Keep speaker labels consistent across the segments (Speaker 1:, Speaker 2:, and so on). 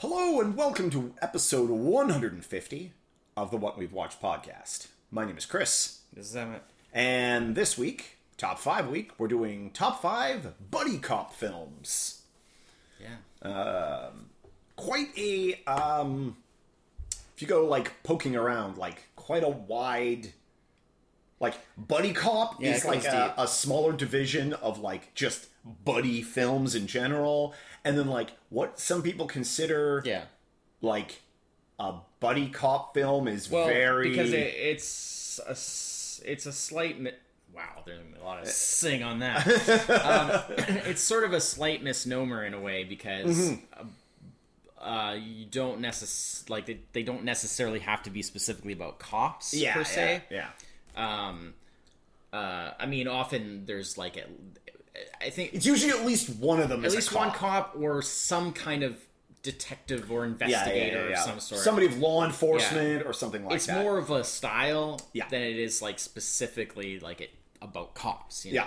Speaker 1: Hello and welcome to episode 150 of the What We've Watched podcast. My name is Chris,
Speaker 2: This is Emmett.
Speaker 1: and this week, top five week, we're doing top five buddy cop films.
Speaker 2: Yeah.
Speaker 1: Quite a, um, if you go like poking around, like quite a wide, like buddy cop
Speaker 2: Yeah, it
Speaker 1: is like
Speaker 2: goes
Speaker 1: a,
Speaker 2: deep.
Speaker 1: a smaller division of like just buddy films in general, and then like what some people consider
Speaker 2: yeah.
Speaker 1: like a buddy cop film is
Speaker 2: Well,
Speaker 1: very
Speaker 2: because it, it's a s- it's a slight mi- wow. There's a lot of sing on that. um, it's sort of a slight misnomer in a way because.
Speaker 1: Mm-hmm.
Speaker 2: Uh, you don't necess like they, they don't necessarily have to be specifically about cops
Speaker 1: yeah,
Speaker 2: per
Speaker 1: yeah,
Speaker 2: se.
Speaker 1: Yeah,
Speaker 2: Um, uh, I mean, often there's like a, I think
Speaker 1: It's usually at least one of them.
Speaker 2: at
Speaker 1: is a
Speaker 2: least
Speaker 1: cop.
Speaker 2: one cop or some kind of detective or
Speaker 1: Yeah, yeah,
Speaker 2: investigator
Speaker 1: yeah, yeah.
Speaker 2: of some sort.
Speaker 1: Somebody of law enforcement or something like
Speaker 2: it's
Speaker 1: that.
Speaker 2: more of a style
Speaker 1: Yeah.
Speaker 2: than it is like specifically like it about cops. You know?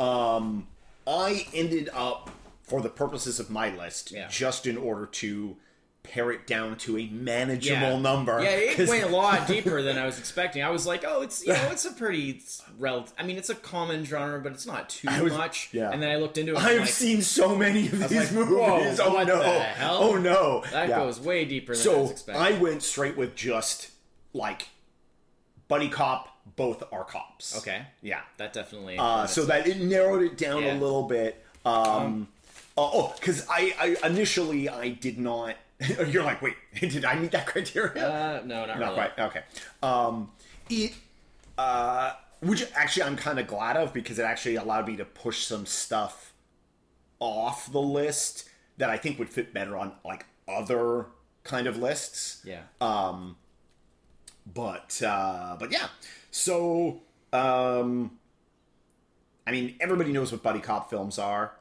Speaker 1: Yeah. Um, I ended up, for the purposes of my list,
Speaker 2: Yeah.
Speaker 1: just in order to pare it down to a manageable
Speaker 2: Yeah.
Speaker 1: number.
Speaker 2: Yeah, it
Speaker 1: 'cause-
Speaker 2: went a lot deeper than I was expecting. I was like, oh, it's you know, it's a pretty it's rel- I mean, it's a common genre, but it's not too
Speaker 1: was-
Speaker 2: much.
Speaker 1: yeah.
Speaker 2: And then I looked into it. and I'm
Speaker 1: I've
Speaker 2: like,
Speaker 1: seen so many of these
Speaker 2: like, whoa,
Speaker 1: movies. oh
Speaker 2: what
Speaker 1: no!
Speaker 2: the hell?
Speaker 1: Oh no!
Speaker 2: that
Speaker 1: Yeah.
Speaker 2: goes way deeper than I was
Speaker 1: So
Speaker 2: expecting.
Speaker 1: I went straight with just like buddy cop. Both are cops.
Speaker 2: okay,
Speaker 1: Yeah.
Speaker 2: that definitely.
Speaker 1: Uh, so that it narrowed it down a
Speaker 2: Yeah.
Speaker 1: little bit. Um, oh, oh, because I, I initially I did not. you're like, wait, did I meet that criteria?
Speaker 2: uh, no,
Speaker 1: Not
Speaker 2: not, really.
Speaker 1: quite. Okay. Um, it, uh, which actually I'm kind of glad of because it actually allowed me to push some stuff off the list that I think would fit better on like other kind of lists
Speaker 2: Yeah.
Speaker 1: but uh, but yeah so um i mean everybody knows what buddy cop films are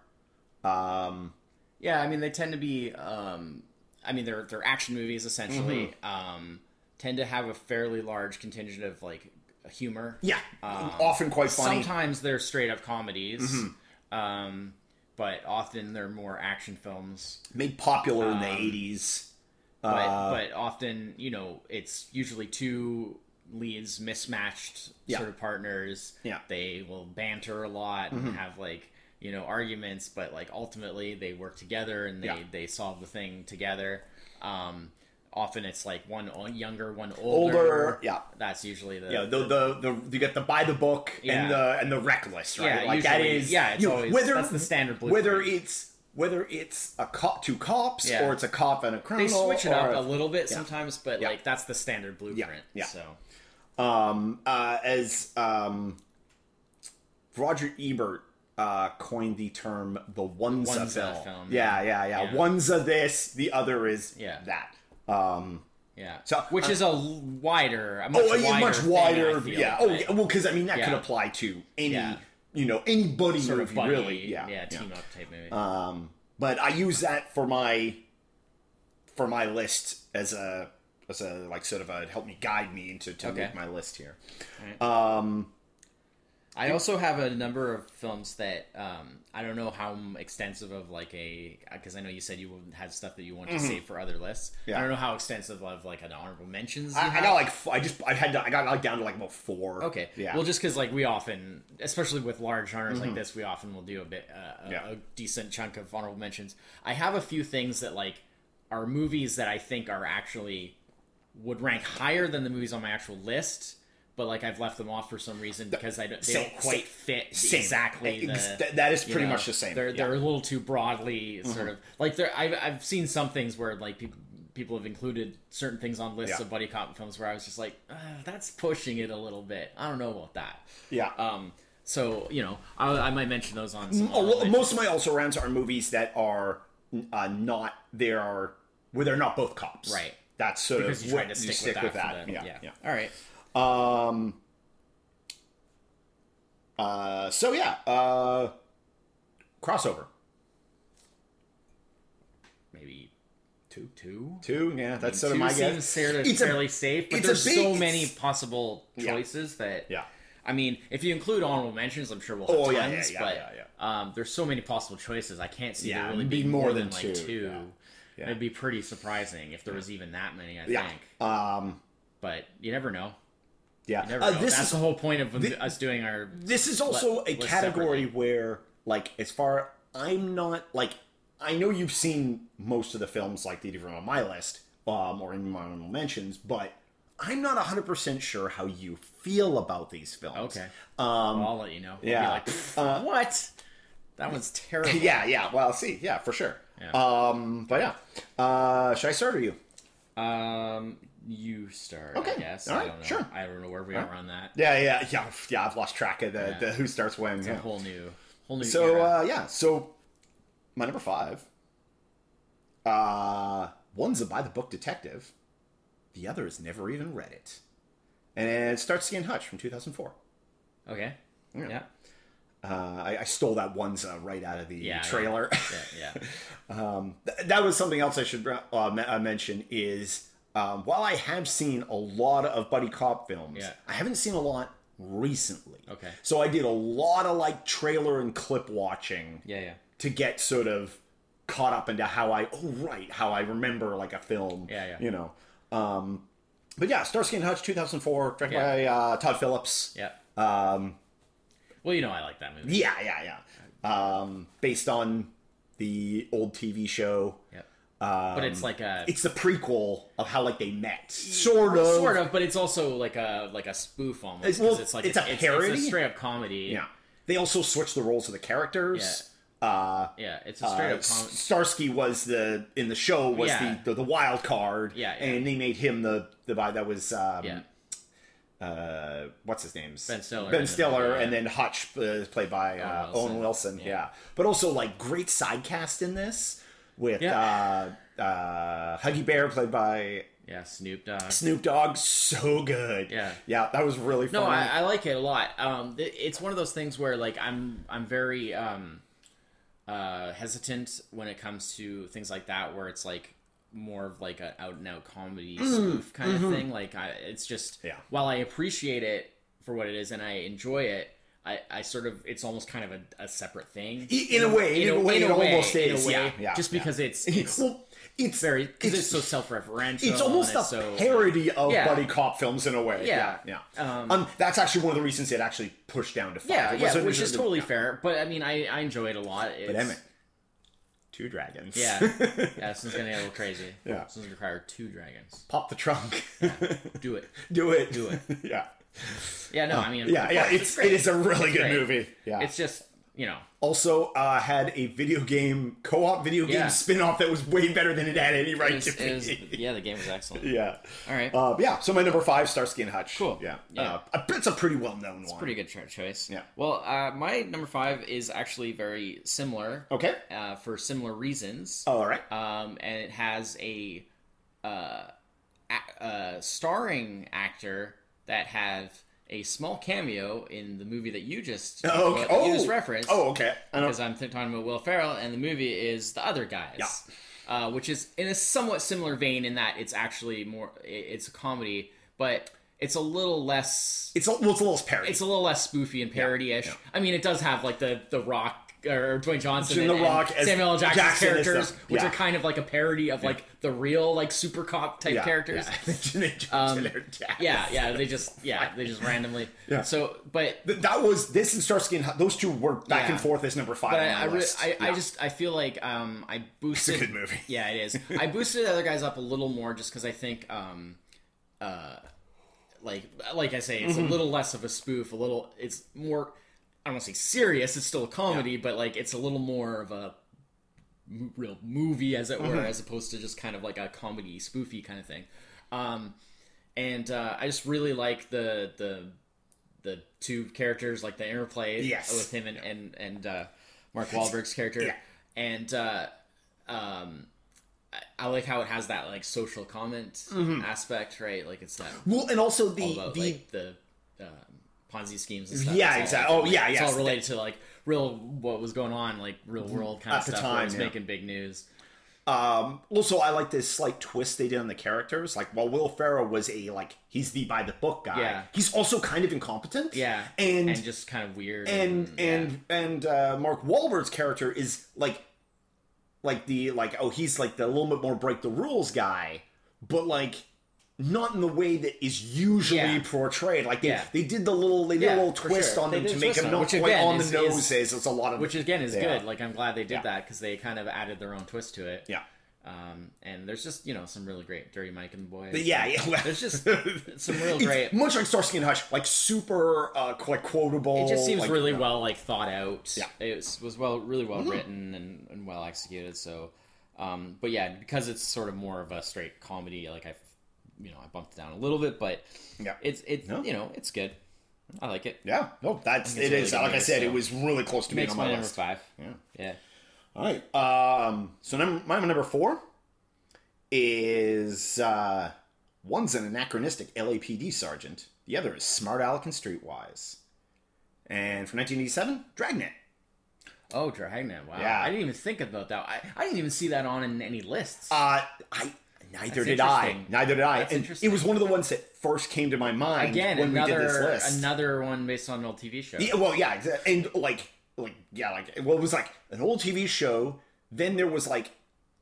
Speaker 1: um
Speaker 2: Yeah, I mean they tend to be. Um, I mean they're they're action movies essentially.
Speaker 1: Mm-hmm.
Speaker 2: Um, tend to have a fairly large contingent of like humor.
Speaker 1: yeah Uh, often quite funny Mm-hmm.
Speaker 2: Sometimes they're straight up comedies. Um, but often they're more action films.
Speaker 1: made popular in the
Speaker 2: Um,
Speaker 1: 80s Uh,
Speaker 2: But but often you know it's usually two leads mismatched
Speaker 1: Yeah.
Speaker 2: sort of partners.
Speaker 1: Yeah. Mm-hmm.
Speaker 2: they will banter a lot and have like you know arguments, but like ultimately they work together and they
Speaker 1: Yeah.
Speaker 2: they solve the thing together. Um, often it's like one o- younger, one older.
Speaker 1: older yeah
Speaker 2: That's usually the
Speaker 1: yeah, the, the the you get the by the book
Speaker 2: Yeah.
Speaker 1: and the and the reckless, right?
Speaker 2: Yeah,
Speaker 1: like that
Speaker 2: usually-
Speaker 1: is
Speaker 2: yeah, it's
Speaker 1: you know,
Speaker 2: always-
Speaker 1: whether
Speaker 2: that's the standard
Speaker 1: whether
Speaker 2: blueprint.
Speaker 1: it's whether it's a cop two cops
Speaker 2: Yeah.
Speaker 1: or it's a cop and a
Speaker 2: they
Speaker 1: criminal.
Speaker 2: switch it
Speaker 1: or
Speaker 2: up
Speaker 1: a-
Speaker 2: a little bit sometimes, but
Speaker 1: Yeah.
Speaker 2: like that's the standard blueprint.
Speaker 1: yeah.
Speaker 2: So
Speaker 1: um, uh, as um, Roger Ebert uh, coined the term the onesie,
Speaker 2: Onesie
Speaker 1: film.
Speaker 2: film,
Speaker 1: Yeah, yeah, yeah,
Speaker 2: Yeah.
Speaker 1: One's Onesie this, the other is
Speaker 2: Yeah.
Speaker 1: that. Um,
Speaker 2: yeah,
Speaker 1: So,
Speaker 2: which
Speaker 1: uh,
Speaker 2: is a l- wider, a much
Speaker 1: oh,
Speaker 2: wider,
Speaker 1: a much
Speaker 2: thing, I
Speaker 1: wider.
Speaker 2: feel,
Speaker 1: yeah.
Speaker 2: but
Speaker 1: Oh, yeah. Well, because I mean that could
Speaker 2: Yeah.
Speaker 1: apply to any,
Speaker 2: Yeah.
Speaker 1: you know, anybody
Speaker 2: sort
Speaker 1: movie,
Speaker 2: of buddy,
Speaker 1: really. Yeah.
Speaker 2: yeah, team up type movie.
Speaker 1: Um, but I use that for my for my list as a as a like sort of a help me guide me into to
Speaker 2: Okay.
Speaker 1: make my list here.
Speaker 2: Alright.
Speaker 1: Um.
Speaker 2: I also have a number of films that um, I don't know how m- extensive of like a because I know you said you had stuff that you wanted to save for other lists.
Speaker 1: Mm-hmm. Yeah.
Speaker 2: I don't know how extensive of like an honorable mentions. you
Speaker 1: I, I
Speaker 2: have.
Speaker 1: got like f- I just I had to, I got like down to like about four.
Speaker 2: Okay.
Speaker 1: Yeah. Mm-hmm.
Speaker 2: Well, just because like we often, especially with large genres like this, we often will do a bit uh, a,
Speaker 1: Yeah.
Speaker 2: a decent chunk of honorable mentions. I have a few things that like are movies that I think are actually would rank higher than the movies on my actual list, but like I've left them off for some reason because I don't, they
Speaker 1: same-
Speaker 2: don't quite
Speaker 1: same-
Speaker 2: fit
Speaker 1: Same.
Speaker 2: exactly.
Speaker 1: Ex-
Speaker 2: the,
Speaker 1: th- that is
Speaker 2: you
Speaker 1: pretty
Speaker 2: know,
Speaker 1: much the same.
Speaker 2: They're
Speaker 1: Yeah. Mm-hmm.
Speaker 2: they're a little too broadly sort of like there. I've I've seen some things where like people people have included certain things on lists
Speaker 1: Yeah.
Speaker 2: of buddy cop films where I was just like, "Ah, that's pushing it a little bit. I don't know about that.
Speaker 1: yeah.
Speaker 2: Um. So you know, I, I might mention those on. Some
Speaker 1: Oh, well,
Speaker 2: other-
Speaker 1: most of my also rounds are movies that are uh, not they are where they're not both cops.
Speaker 2: Right.
Speaker 1: That's sort
Speaker 2: because
Speaker 1: of
Speaker 2: you
Speaker 1: what
Speaker 2: tried to stick, with, that. for the-
Speaker 1: Yeah. Yeah.
Speaker 2: All right.
Speaker 1: Um. Uh. So yeah. Uh. Crossover
Speaker 2: Maybe two, two.
Speaker 1: two. Yeah. That's sort of
Speaker 2: two
Speaker 1: my
Speaker 2: seems
Speaker 1: guess.
Speaker 2: fairly,
Speaker 1: It's a-
Speaker 2: fairly safe, but
Speaker 1: it's a
Speaker 2: there's
Speaker 1: big-
Speaker 2: so
Speaker 1: it's-
Speaker 2: many possible
Speaker 1: Yeah.
Speaker 2: choices that.
Speaker 1: Yeah.
Speaker 2: I mean, if you include honorable mentions, I'm sure we'll have
Speaker 1: Oh, yeah,
Speaker 2: tons,
Speaker 1: yeah, yeah,
Speaker 2: but
Speaker 1: yeah,
Speaker 2: Um, there's so many possible choices. I can't see
Speaker 1: Yeah,
Speaker 2: there really
Speaker 1: be
Speaker 2: being
Speaker 1: more
Speaker 2: more
Speaker 1: than
Speaker 2: than, like
Speaker 1: two,
Speaker 2: two.
Speaker 1: Yeah.
Speaker 2: It'd be pretty surprising if there was even that many. I
Speaker 1: Yeah.
Speaker 2: think,
Speaker 1: Um,
Speaker 2: but you never know.
Speaker 1: yeah.
Speaker 2: You never
Speaker 1: Uh,
Speaker 2: know.
Speaker 1: this
Speaker 2: That's
Speaker 1: is
Speaker 2: the whole point of us doing our.
Speaker 1: this is also
Speaker 2: Let-
Speaker 1: a
Speaker 2: let's
Speaker 1: category
Speaker 2: separate
Speaker 1: where like as far i'm not like i know you've seen most of the films like the different on my list um, or in my honorable mentions but i'm not 100% sure how you feel about these films
Speaker 2: Okay.
Speaker 1: um,
Speaker 2: I'll let you know. I'll be
Speaker 1: yeah. Uh,
Speaker 2: like, "Pfft, what? That one's terrible.
Speaker 1: yeah yeah well see yeah for sure
Speaker 2: Yeah.
Speaker 1: um but yeah uh should i start or you
Speaker 2: Um, you start.
Speaker 1: Okay.
Speaker 2: I guess.
Speaker 1: All
Speaker 2: I
Speaker 1: right,
Speaker 2: don't know.
Speaker 1: sure.
Speaker 2: I don't know where we are on that.
Speaker 1: yeah yeah yeah yeah i've lost track of the,
Speaker 2: Yeah.
Speaker 1: the who starts when
Speaker 2: It's
Speaker 1: yeah.
Speaker 2: a whole new, whole new.
Speaker 1: So
Speaker 2: era.
Speaker 1: uh, yeah, so my number five. Uh, one's a by the book detective, the other has never even read it, and it starts again. Hutch from two thousand four.
Speaker 2: okay.
Speaker 1: uh, Yeah.
Speaker 2: Yeah. Yeah.
Speaker 1: Uh, I, I stole that one's uh, right out of the
Speaker 2: Yeah, yeah.
Speaker 1: trailer.
Speaker 2: Yeah.
Speaker 1: um, th- that was something else I should uh, me- uh, mention is um, while I have seen a lot of buddy cop films,
Speaker 2: Yeah.
Speaker 1: I haven't seen a lot recently.
Speaker 2: Okay.
Speaker 1: So I did a lot of like trailer and clip watching
Speaker 2: Yeah. Yeah.
Speaker 1: to get sort of caught up into how I oh right how I remember like a film.
Speaker 2: Yeah, yeah.
Speaker 1: You know, um, but yeah, Starsky and Hutch, two thousand four, directed
Speaker 2: Yeah.
Speaker 1: by uh, Todd Phillips.
Speaker 2: Yeah.
Speaker 1: Um,
Speaker 2: Well, you know I like that movie.
Speaker 1: yeah, yeah, yeah. Um, based on the old TV show.
Speaker 2: Yeah.
Speaker 1: Um,
Speaker 2: But it's like a
Speaker 1: it's the prequel of how like they met, sort of.
Speaker 2: sort of, but it's also like a like a spoof almost. 'cause
Speaker 1: Well,
Speaker 2: it's like
Speaker 1: it's a parody?
Speaker 2: straight up comedy.
Speaker 1: Yeah. They also switched the roles of the characters. Uh,
Speaker 2: Yeah. It's a straight
Speaker 1: uh,
Speaker 2: up comedy.
Speaker 1: Starsky was the in the show was
Speaker 2: Yeah.
Speaker 1: the, the the wild card.
Speaker 2: Yeah, yeah.
Speaker 1: and they made him the the guy that was um,
Speaker 2: Yeah.
Speaker 1: uh, what's his name?
Speaker 2: Ben
Speaker 1: Ben
Speaker 2: Stiller. And then-
Speaker 1: Stiller,
Speaker 2: yeah.
Speaker 1: and then Hutch uh, played by uh,
Speaker 2: Owen
Speaker 1: Owen Wilson.
Speaker 2: Wilson.
Speaker 1: Yeah.
Speaker 2: Yeah.
Speaker 1: but also like great side cast in this with
Speaker 2: Yeah.
Speaker 1: uh, uh, Huggy Bear played by
Speaker 2: Yeah. Snoop Dogg.
Speaker 1: Snoop Dogg. So good.
Speaker 2: Yeah.
Speaker 1: yeah, that was really
Speaker 2: No,
Speaker 1: funny.
Speaker 2: I, I like it a lot. Um, th- it's one of those things where like I'm I'm very um, uh, hesitant when it comes to things like that, where it's like more of like a out and out comedy spoof kind of thing. Like I, it's just
Speaker 1: Mm, mm-hmm. Yeah.
Speaker 2: while I appreciate it for what it is and I enjoy it. I, I sort of it's almost kind of a, a separate thing
Speaker 1: I- in a way, in a way, it almost
Speaker 2: in a
Speaker 1: is.
Speaker 2: way,
Speaker 1: Yeah, yeah,
Speaker 2: just
Speaker 1: yeah.
Speaker 2: because it's it's
Speaker 1: well, it's
Speaker 2: very
Speaker 1: it's,
Speaker 2: because it's, so self-referential
Speaker 1: it's almost
Speaker 2: and
Speaker 1: a
Speaker 2: it's so
Speaker 1: parody of
Speaker 2: Yeah.
Speaker 1: buddy cop films in a way.
Speaker 2: Yeah.
Speaker 1: yeah.
Speaker 2: um,
Speaker 1: Um, that's actually one of the reasons it actually pushed down to five.
Speaker 2: Yeah,
Speaker 1: It
Speaker 2: yeah,
Speaker 1: wasn't-
Speaker 2: which is
Speaker 1: yeah.
Speaker 2: totally fair. But I mean, I, I enjoy it a lot. It's,
Speaker 1: But Emmett, two dragons.
Speaker 2: Yeah, yeah, this is gonna get a little crazy.
Speaker 1: Yeah.
Speaker 2: this is gonna require two dragons.
Speaker 1: pop the trunk.
Speaker 2: Do it.
Speaker 1: Do it.
Speaker 2: Do it.
Speaker 1: yeah.
Speaker 2: Yeah, no, I mean,
Speaker 1: Yeah,
Speaker 2: of
Speaker 1: yeah.
Speaker 2: course,
Speaker 1: It's
Speaker 2: great.
Speaker 1: it is a really good
Speaker 2: great.
Speaker 1: movie. Yeah.
Speaker 2: It's just you know,
Speaker 1: also uh, had a video game co-op video game
Speaker 2: Yeah.
Speaker 1: spin-off that was way better than it had any right
Speaker 2: it was,
Speaker 1: to be.
Speaker 2: it was, yeah, the game was excellent.
Speaker 1: yeah.
Speaker 2: All right,
Speaker 1: Uh, yeah. So my number five, Starsky and Hutch.
Speaker 2: Cool.
Speaker 1: Yeah.
Speaker 2: Yeah.
Speaker 1: Uh, it's a pretty well-known one.
Speaker 2: pretty good cho- choice.
Speaker 1: Yeah.
Speaker 2: Well, uh, my number five is actually very similar.
Speaker 1: Okay.
Speaker 2: Uh, for similar reasons.
Speaker 1: All right.
Speaker 2: um, and it has a uh, a- uh, starring actor that have a small cameo in the movie that you just
Speaker 1: Oh, okay.
Speaker 2: what
Speaker 1: oh,
Speaker 2: you just referenced
Speaker 1: Oh, okay. I don't,
Speaker 2: because I'm th- talking about Will Ferrell and the movie is The Other Guys. Uh, which is in a somewhat similar vein in that it's actually more i- it's a comedy but it's a little less
Speaker 1: it's a, well, it's a little parody.
Speaker 2: it's a little less spoofy and parody-ish. I mean, it does have like the the Rock or Dwayne Johnson
Speaker 1: The
Speaker 2: and,
Speaker 1: Rock
Speaker 2: and
Speaker 1: as
Speaker 2: Samuel L. Jackson's
Speaker 1: Jackson is the-
Speaker 2: characters, which
Speaker 1: yeah.
Speaker 2: are kind of like a parody of like the real like super cop type
Speaker 1: yeah,
Speaker 2: characters. Um,
Speaker 1: Yeah.
Speaker 2: Yeah. yeah, they just yeah, they just randomly.
Speaker 1: Yeah.
Speaker 2: So, but
Speaker 1: Th- That was this and Starsky and Hutch. Those two were back
Speaker 2: Yeah.
Speaker 1: and forth as number five
Speaker 2: but
Speaker 1: on
Speaker 2: I
Speaker 1: my
Speaker 2: I, re-
Speaker 1: list.
Speaker 2: I, I
Speaker 1: Yeah.
Speaker 2: just I feel like um I boosted
Speaker 1: good movie.
Speaker 2: Yeah, it is. I boosted the other guys up a little more just because I think um uh like like I say
Speaker 1: Mm-hmm.
Speaker 2: it's a little less of a spoof, a little it's more I don't want to say serious. It's still a comedy, but like it's a little more of a mo- real movie as it were,
Speaker 1: Mm-hmm.
Speaker 2: as opposed to just kind of like a comedy spoofy kind of thing. Um, and uh, I just really like the the the two characters, like the interplay
Speaker 1: Yes.
Speaker 2: with him and and, and uh, Mark Wahlberg's character,
Speaker 1: Yeah.
Speaker 2: and uh, um, I, I like how it has that like social comment aspect, right? Like it's that
Speaker 1: well, and also Mm-hmm. the
Speaker 2: about
Speaker 1: the
Speaker 2: like the um, Ponzi schemes and stuff.
Speaker 1: Yeah,
Speaker 2: It's all,
Speaker 1: exactly. Oh,
Speaker 2: like,
Speaker 1: yeah,
Speaker 2: It's
Speaker 1: yes. Mm-hmm.
Speaker 2: all related to like real what was going on, like real world kind
Speaker 1: At
Speaker 2: of
Speaker 1: the
Speaker 2: stuff. where it
Speaker 1: time,
Speaker 2: was
Speaker 1: yeah.
Speaker 2: making big news.
Speaker 1: Um, also, I like this slight twist they did on the characters. Like, while Will Ferrell was a like he's the by the book guy,
Speaker 2: Yeah.
Speaker 1: he's also kind of incompetent.
Speaker 2: Yeah,
Speaker 1: and
Speaker 2: and just kind of weird.
Speaker 1: and
Speaker 2: yeah.
Speaker 1: and and uh, Mark Wahlberg's character is like like the like oh he's like the little bit more break the rules guy, but like not in the way that is usually
Speaker 2: Yeah.
Speaker 1: portrayed. Like they,
Speaker 2: Yeah.
Speaker 1: they did the little they did
Speaker 2: Yeah,
Speaker 1: a little
Speaker 2: for
Speaker 1: twist
Speaker 2: sure.
Speaker 1: on
Speaker 2: They
Speaker 1: him
Speaker 2: did
Speaker 1: to
Speaker 2: a
Speaker 1: make
Speaker 2: twist
Speaker 1: him
Speaker 2: on it,
Speaker 1: not
Speaker 2: which
Speaker 1: quite
Speaker 2: again
Speaker 1: on
Speaker 2: is-
Speaker 1: the nose
Speaker 2: is-
Speaker 1: as it's a lot of
Speaker 2: which again is
Speaker 1: Yeah.
Speaker 2: good. Like I'm glad they did
Speaker 1: Yeah.
Speaker 2: that because they kind of added their own twist to it.
Speaker 1: yeah.
Speaker 2: Um, and there's just you know some really great Dirty Mike and the Boys.
Speaker 1: But yeah, yeah. well,
Speaker 2: There's just some real great.
Speaker 1: it's much like Starsky and Hutch, like super uh quite quotable.
Speaker 2: It just seems
Speaker 1: like,
Speaker 2: really well like thought out.
Speaker 1: Yeah. Mm-hmm.
Speaker 2: it was, was well really well written and, and well executed. So, um, but yeah, because it's sort of more of a straight comedy, like I, have you know, I bumped it down a little bit, but
Speaker 1: Yeah.
Speaker 2: it's it
Speaker 1: No.
Speaker 2: you know it's good. I like it.
Speaker 1: Yeah, no, that's
Speaker 2: think
Speaker 1: it
Speaker 2: it's
Speaker 1: is.
Speaker 2: really
Speaker 1: Like I
Speaker 2: nice,
Speaker 1: said,
Speaker 2: so.
Speaker 1: it was really close to being
Speaker 2: Makes
Speaker 1: on
Speaker 2: my,
Speaker 1: my
Speaker 2: number
Speaker 1: list.
Speaker 2: five.
Speaker 1: Yeah.
Speaker 2: Yeah,
Speaker 1: All right. Um, so num- my number four is uh, one's an anachronistic LAPD sergeant. The other is Smart Alec and Streetwise. And from 1987, Dragnet.
Speaker 2: Oh, Dragnet! Wow,
Speaker 1: Yeah.
Speaker 2: I didn't even think about that. I, I didn't even see that on in any lists.
Speaker 1: Uh, I neither
Speaker 2: That's
Speaker 1: did I.
Speaker 2: interesting.
Speaker 1: Neither did I.
Speaker 2: That's
Speaker 1: and
Speaker 2: interesting.
Speaker 1: It was one of the ones that first came to my mind
Speaker 2: Again,
Speaker 1: when
Speaker 2: another
Speaker 1: we did this list.
Speaker 2: another one based on an old TV show.
Speaker 1: Yeah, well, yeah, exa- and like, like, yeah, like, well, it was like an old TV show. Then there was like,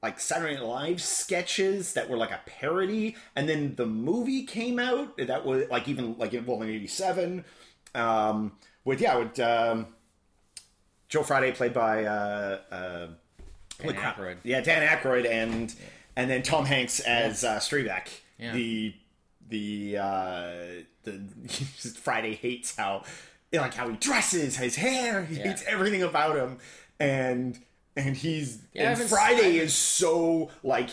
Speaker 1: like Saturday Night Live sketches that were like a parody, and then the movie came out that was like even like in- well in '87. Um, with yeah, with um, Joe Friday played by uh, uh, holy crap.
Speaker 2: Aykroyd.
Speaker 1: yeah, Dan Aykroyd, and and then Tom Hanks as uh, Strebeck,
Speaker 2: Yeah.
Speaker 1: the the uh the Friday hates how you know, like how he dresses, his hair, he
Speaker 2: Yeah.
Speaker 1: hates everything about him, and and he's
Speaker 2: I
Speaker 1: and
Speaker 2: haven't s- I
Speaker 1: Friday
Speaker 2: haven't-
Speaker 1: is so like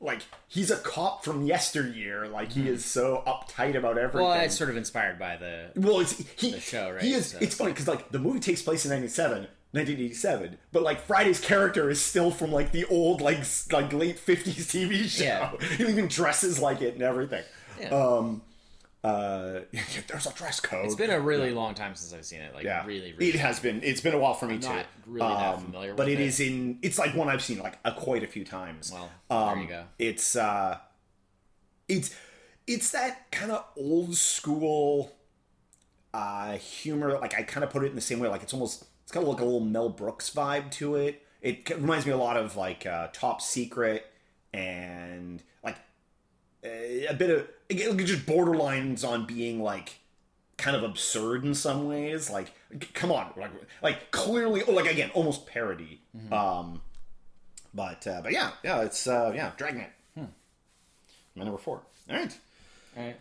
Speaker 1: like he's a cop from yesteryear, like he is so uptight about everything.
Speaker 2: Mm-hmm. Well, it's sort of inspired by the
Speaker 1: Well, it's he,
Speaker 2: show, right?
Speaker 1: He is.
Speaker 2: So-
Speaker 1: It's funny because like the movie takes place in 97, 1987, but like Friday's character is still from like the old like s- like late fifties TV show.
Speaker 2: Yeah.
Speaker 1: He even dresses like it and everything.
Speaker 2: Yeah.
Speaker 1: Um, uh, there's a dress code.
Speaker 2: It's been a really long time since I've seen it. Like
Speaker 1: Oh, yeah,
Speaker 2: really, really.
Speaker 1: It has been. It's been a while for me too. Um,
Speaker 2: not really that familiar
Speaker 1: but
Speaker 2: with
Speaker 1: it
Speaker 2: it.
Speaker 1: is in. It's like one I've seen like a, quite a few times.
Speaker 2: Well,
Speaker 1: um,
Speaker 2: there you go.
Speaker 1: It's uh, it's it's that kind of old school uh humor. Like I kind of put it in the same way. Like it's almost it's got like a little Mel Brooks vibe to it. It ca- reminds me a lot of like uh, Top Secret and like eh, a bit of it just borderlines on being like kind of absurd in some ways like c- come on like, like clearly oh, like again almost parody
Speaker 2: Mm-hmm.
Speaker 1: um but uh, but yeah yeah it's uh yeah dragnet hmm. my number four all right
Speaker 2: All right.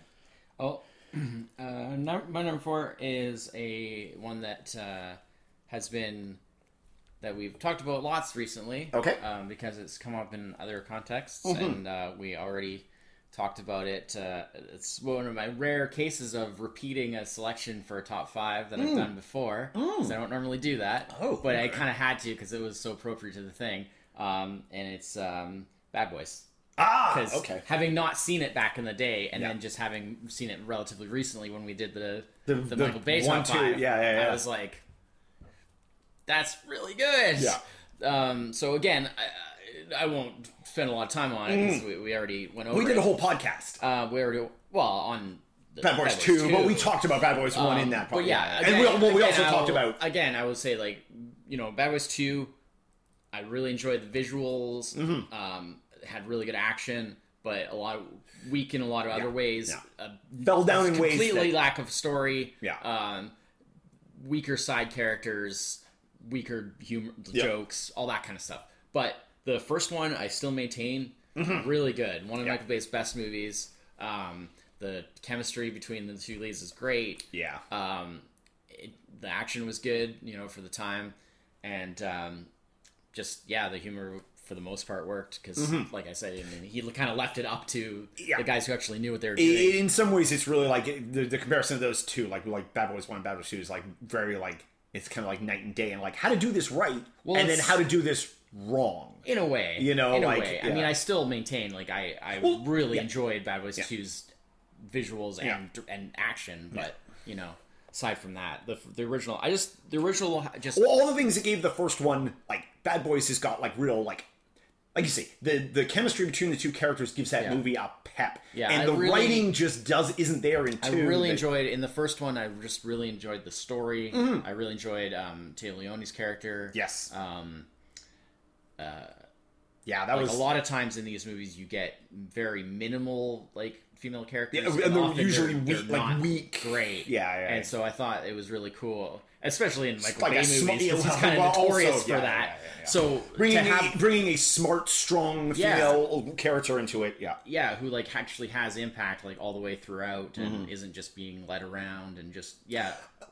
Speaker 2: Oh, uh, num- my number four is a one that uh, has been that we've talked about lots recently.
Speaker 1: Okay. Mm-hmm.
Speaker 2: Um, because it's come up in other contexts, and uh, we already talked about it. Uh, it's one of my rare cases of repeating a selection for a top five that I've done before. 'cause I don't normally do that.
Speaker 1: Mm. Oh,
Speaker 2: but I
Speaker 1: okay.
Speaker 2: kind of had to because it was so appropriate to the thing. Um, and it's um, Bad Boys.
Speaker 1: ah
Speaker 2: 'Cause
Speaker 1: okay
Speaker 2: having not seen it back in the day, and
Speaker 1: Yeah.
Speaker 2: then just having seen it relatively recently when we did the
Speaker 1: The-
Speaker 2: the,
Speaker 1: the
Speaker 2: Michael Bay
Speaker 1: one,
Speaker 2: top
Speaker 1: two,
Speaker 2: five,
Speaker 1: yeah, yeah, yeah.
Speaker 2: I was like, that's really good.
Speaker 1: Yeah.
Speaker 2: Um, so again, I, I I won't spend a lot of time on it because we, we already went over.
Speaker 1: Mm. we did
Speaker 2: it.
Speaker 1: a whole podcast
Speaker 2: Uh, we already well on the
Speaker 1: bad boys 2 but we talked about bad boys 1
Speaker 2: um,
Speaker 1: in that
Speaker 2: But
Speaker 1: part
Speaker 2: yeah,
Speaker 1: and we,
Speaker 2: again-
Speaker 1: well, we
Speaker 2: again,
Speaker 1: also
Speaker 2: I
Speaker 1: talked
Speaker 2: will-
Speaker 1: about
Speaker 2: again. I would say like you know, Bad Boys Two. I really enjoyed the visuals.
Speaker 1: Mm-hmm.
Speaker 2: Um, had really good action, but a lot of weak in a lot of other ways.
Speaker 1: yeah.
Speaker 2: Uh,
Speaker 1: fell down in ways
Speaker 2: completely
Speaker 1: that,
Speaker 2: lack of story.
Speaker 1: Yeah.
Speaker 2: Um, weaker side characters, weaker humor jokes, all that kind of stuff. But the first one, I still maintain,
Speaker 1: Mm-hmm.
Speaker 2: really good. One of Michael Bay's best movies. Um, the chemistry between the two leads is great
Speaker 1: yeah
Speaker 2: um, it, the action was good, you know, for the time, and um, just yeah, the humor for the most part worked because, like I said, I mean, he kind of left it up to
Speaker 1: Mm-hmm. Yeah.
Speaker 2: the guys who actually knew what they were
Speaker 1: I-
Speaker 2: doing.
Speaker 1: in some ways it's really like it- the, the comparison of those two like like bad boys 1 bad boys 2 is like very like it's kind of like night and day and like how to do this right
Speaker 2: Well,
Speaker 1: and then
Speaker 2: it's-
Speaker 1: how to do this wrong
Speaker 2: in a way,
Speaker 1: You know,
Speaker 2: in
Speaker 1: like,
Speaker 2: a way. I
Speaker 1: yeah.
Speaker 2: mean, I still maintain like I I really enjoyed Bad Boys 2's visuals and and action, but you know, aside from that, the the original, I just the original just
Speaker 1: well, all the things that gave the first one like bad boys has got like real like like you say the the chemistry between the two characters gives that movie a pep
Speaker 2: Yeah,
Speaker 1: and
Speaker 2: I
Speaker 1: the
Speaker 2: really-
Speaker 1: writing just does isn't there in two
Speaker 2: I really
Speaker 1: that-
Speaker 2: enjoyed in the first one. I just really enjoyed
Speaker 1: Mm-hmm.
Speaker 2: the story. I really enjoyed um, Tia Leone's character.
Speaker 1: yes
Speaker 2: Um,
Speaker 1: Yeah, that
Speaker 2: Like
Speaker 1: was
Speaker 2: a lot of times in these movies, you get very minimal like female characters,
Speaker 1: Yeah, and they're
Speaker 2: often
Speaker 1: usually
Speaker 2: they're
Speaker 1: weak- like,
Speaker 2: not
Speaker 1: weak.
Speaker 2: great.
Speaker 1: Yeah, yeah, yeah.
Speaker 2: And so I thought it was really cool, especially in like,
Speaker 1: Like a
Speaker 2: Bay
Speaker 1: sm-
Speaker 2: movies, because
Speaker 1: yeah,
Speaker 2: he's kind of
Speaker 1: well, also-
Speaker 2: notorious for
Speaker 1: yeah,
Speaker 2: that.
Speaker 1: yeah, yeah, yeah.
Speaker 2: So
Speaker 1: bringing
Speaker 2: to have
Speaker 1: a, bringing a smart, strong
Speaker 2: Yeah.
Speaker 1: female character into it. Yeah,
Speaker 2: yeah, who like actually has impact like all the way throughout and
Speaker 1: Mm-hmm.
Speaker 2: isn't just being led around and just yeah.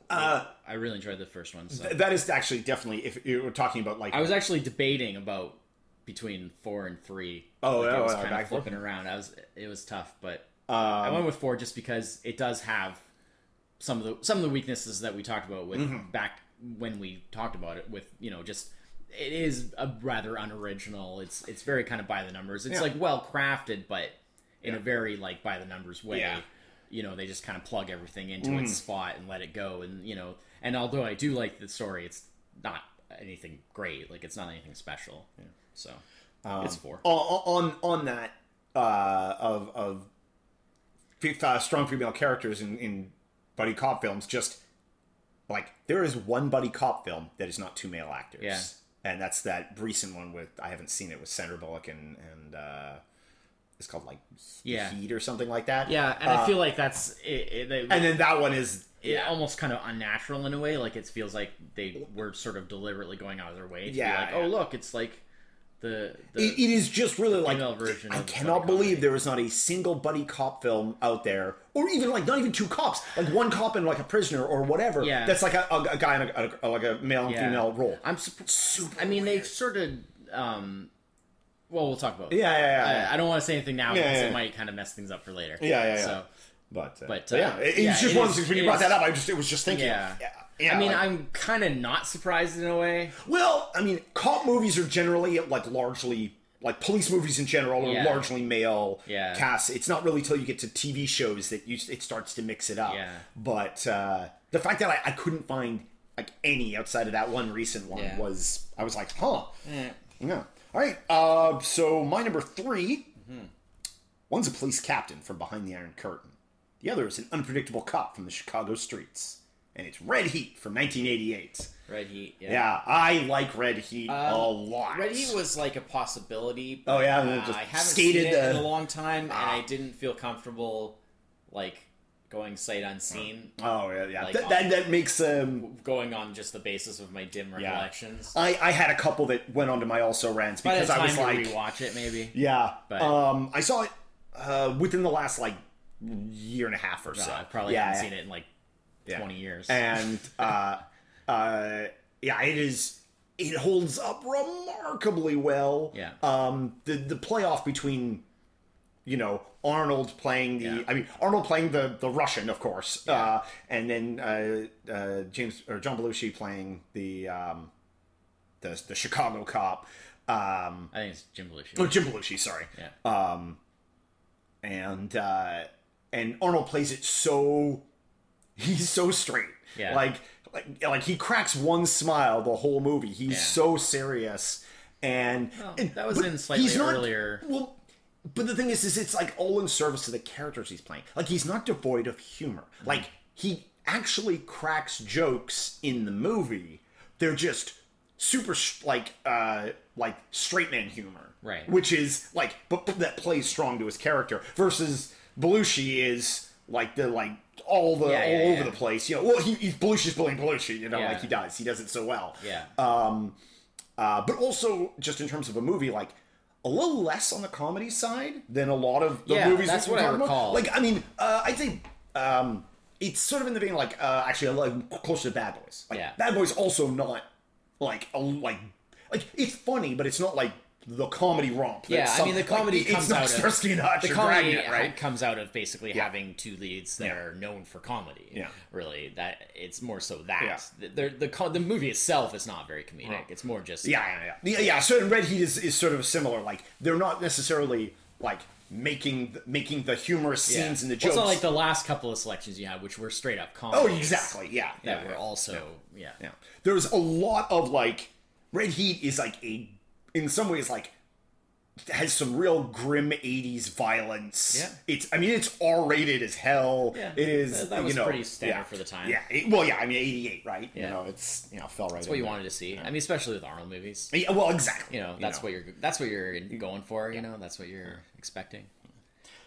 Speaker 2: I really enjoyed the first one. So
Speaker 1: Uh, that is actually definitely if you were talking about like
Speaker 2: I was actually debating about between four and three.
Speaker 1: Oh,
Speaker 2: like,
Speaker 1: yeah,
Speaker 2: I was
Speaker 1: yeah,
Speaker 2: kind
Speaker 1: back
Speaker 2: of
Speaker 1: and forth.
Speaker 2: flipping around. I was it was tough, but
Speaker 1: uh,
Speaker 2: I went with four just because it does have some of the some of the weaknesses that we talked about with
Speaker 1: Mm-hmm.
Speaker 2: back when we talked about it with you know just it is a rather unoriginal. It's it's very kind of by the numbers. It's
Speaker 1: Yeah.
Speaker 2: like well crafted, but in a very like by the numbers way.
Speaker 1: Yeah. Mm-hmm.
Speaker 2: You know, they just kind of plug everything into its spot and let it go. And you know, and although I do like the story, it's not anything great. Like it's not anything special. So it's four.
Speaker 1: Um, on on, on that uh, of of fe- uh, strong female characters in, in buddy cop films. Just like there is one buddy cop film that is not two male actors.
Speaker 2: Yeah.
Speaker 1: And that's that recent one with I haven't seen it with Sandra Bullock and and uh, it's called like
Speaker 2: Yeah.
Speaker 1: Heat or something like that.
Speaker 2: Yeah, and I
Speaker 1: Uh,
Speaker 2: feel like that's it. it, they-
Speaker 1: and then that one is
Speaker 2: it almost kind of unnatural in a way. Like it feels like they were sort of deliberately going out of their way to
Speaker 1: Yeah,
Speaker 2: be like,
Speaker 1: yeah.
Speaker 2: oh look, it's like the the
Speaker 1: it, it is just really like
Speaker 2: female version
Speaker 1: I
Speaker 2: of
Speaker 1: cannot
Speaker 2: buddy
Speaker 1: believe
Speaker 2: comedy.
Speaker 1: there is not a single buddy cop film out there, or even like not even two cops, like one cop and like a prisoner or whatever.
Speaker 2: Yeah.
Speaker 1: that's like a, a, a guy and a, a, like a male and
Speaker 2: yeah.
Speaker 1: female role.
Speaker 2: I'm surprised.
Speaker 1: Super
Speaker 2: I mean, they sort of. Um, well, we'll talk about. it.
Speaker 1: Yeah, yeah, yeah,
Speaker 2: I-
Speaker 1: yeah.
Speaker 2: I, don't want to say anything now because
Speaker 1: yeah, yeah.
Speaker 2: it might kind of mess things up for later.
Speaker 1: Yeah, yeah, yeah.
Speaker 2: So
Speaker 1: but uh,
Speaker 2: but,
Speaker 1: but yeah,
Speaker 2: uh,
Speaker 1: it, it's
Speaker 2: yeah,
Speaker 1: just
Speaker 2: it
Speaker 1: one of those
Speaker 2: is-
Speaker 1: things when you
Speaker 2: it
Speaker 1: brought
Speaker 2: is-
Speaker 1: that up. I just it was just thinking.
Speaker 2: yeah.
Speaker 1: yeah, yeah,
Speaker 2: I mean,
Speaker 1: like-
Speaker 2: I'm kind of not surprised in a way.
Speaker 1: well, I mean, cop movies are generally like largely. Like police movies in general are
Speaker 2: Yeah.
Speaker 1: largely male
Speaker 2: Yeah.
Speaker 1: casts. It's not really till you get to TV shows that you it starts to mix it up.
Speaker 2: Yeah.
Speaker 1: But uh, the fact that I, I couldn't find like any outside of that one recent one
Speaker 2: Yeah.
Speaker 1: was I was like, huh, yeah. All right. Uh, so my number 3 One's a police captain from behind the Iron Curtain. The other is an unpredictable cop from the Chicago streets. And it's Red Heat from 1988.
Speaker 2: Red Heat. Yeah.
Speaker 1: Yeah, I like Red Heat a lot.
Speaker 2: Um, Red Heat was like a possibility.
Speaker 1: Oh, yeah, and then
Speaker 2: uh,
Speaker 1: just
Speaker 2: I haven't
Speaker 1: skated
Speaker 2: seen it in
Speaker 1: the-
Speaker 2: a long time,
Speaker 1: Ah.
Speaker 2: and I didn't feel comfortable like going sight unseen,
Speaker 1: Oh yeah, yeah.
Speaker 2: Like,
Speaker 1: Th- that that makes um.
Speaker 2: going on just the basis of my dim recollections.
Speaker 1: I I had a couple that went onto my also rants
Speaker 2: By
Speaker 1: Uh, because
Speaker 2: the time
Speaker 1: I was
Speaker 2: you
Speaker 1: like,
Speaker 2: rewatch it, maybe.
Speaker 1: yeah.
Speaker 2: But-
Speaker 1: um, I saw it uh within the last like year and a half or so.
Speaker 2: So I Uh, probably
Speaker 1: yeah,
Speaker 2: haven't
Speaker 1: yeah.
Speaker 2: seen it in like
Speaker 1: Yeah.
Speaker 2: 20 years.
Speaker 1: and uh, uh, yeah, it is. It holds up remarkably well.
Speaker 2: Yeah.
Speaker 1: Um, the the playoff between, you know, Arnold playing the,
Speaker 2: Yeah.
Speaker 1: I mean, Arnold playing the the Russian, of course, uh, and then uh, uh, James or John Belushi playing the um, the the Chicago cop. Um,
Speaker 2: I think it's Jim Belushi.
Speaker 1: oh, Jim Belushi, sorry Um,
Speaker 2: yeah.
Speaker 1: and uh, and Arnold plays it so he's so straight.
Speaker 2: Yeah.
Speaker 1: Like like like he cracks one smile the whole movie. He's
Speaker 2: Yeah.
Speaker 1: so serious and,
Speaker 2: Well,
Speaker 1: and-
Speaker 2: Oh, that was
Speaker 1: but
Speaker 2: in slightly
Speaker 1: he's not-
Speaker 2: earlier.
Speaker 1: Well, but the thing is, is it's like all in service to the characters he's playing. Like he's not devoid of humor.
Speaker 2: Mm.
Speaker 1: Like he actually cracks jokes in the movie. They're just super sh- like uh like straight man humor,
Speaker 2: Right.
Speaker 1: Which is like, but, but that plays strong to his character. Versus Belushi is like the like all the
Speaker 2: Yeah,
Speaker 1: all
Speaker 2: yeah,
Speaker 1: over
Speaker 2: yeah.
Speaker 1: the place. You know, well he, he's Belushi's bullying Belushi. You know,
Speaker 2: Yeah.
Speaker 1: like he does. He does it so well.
Speaker 2: yeah.
Speaker 1: Uh, but also just in terms of a movie, like a little less on the comedy side than a lot of the
Speaker 2: Yeah,
Speaker 1: movies.
Speaker 2: that's
Speaker 1: that we
Speaker 2: what I
Speaker 1: talk about.
Speaker 2: recall.
Speaker 1: Like, I mean, uh, I'd say um, it's sort of in the vein of, like uh, actually like close to Bad Boys. Like,
Speaker 2: Yeah.
Speaker 1: Bad Boys also not like a, like like it's funny, but it's not like the comedy romp. that
Speaker 2: Yeah, I mean, the
Speaker 1: like,
Speaker 2: comedy
Speaker 1: it-
Speaker 2: comes
Speaker 1: it's not
Speaker 2: out of-
Speaker 1: Starsky and Hutch
Speaker 2: the
Speaker 1: or
Speaker 2: comedy
Speaker 1: Dragnet, right?
Speaker 2: ha- comes out of basically having two leads that are known for comedy.
Speaker 1: Yeah.
Speaker 2: really, that it's more so that
Speaker 1: Yeah.
Speaker 2: the the, the, co- the movie itself is not very comedic. It's more just
Speaker 1: Yeah, yeah, yeah. Yeah, yeah. So in Red Heat is, is sort of similar. Like they're not necessarily like making th- making the humorous
Speaker 2: Yeah.
Speaker 1: scenes and the
Speaker 2: Well,
Speaker 1: jokes.
Speaker 2: It's not like the last couple of selections you had, which were straight up
Speaker 1: oh,
Speaker 2: comedies.
Speaker 1: exactly. Yeah,
Speaker 2: That
Speaker 1: yeah,
Speaker 2: were
Speaker 1: yeah.
Speaker 2: also yeah.
Speaker 1: Yeah. There's a lot of like Red Heat is like a in some ways like has some real grim 80s violence.
Speaker 2: Yeah.
Speaker 1: It's I mean it's R-rated as hell.
Speaker 2: Yeah.
Speaker 1: It is
Speaker 2: That- that was
Speaker 1: you know,
Speaker 2: pretty standard
Speaker 1: yeah.
Speaker 2: for the time.
Speaker 1: Yeah. It- well, yeah, I mean 88, right? You
Speaker 2: Yeah.
Speaker 1: know, it's you know, fell right That's
Speaker 2: what you wanted to see. I mean, especially with Arnold movies.
Speaker 1: Yeah, well, exactly.
Speaker 2: You know, that's
Speaker 1: what.
Speaker 2: what you're. That's what you're going for. You know, that's what you're expecting.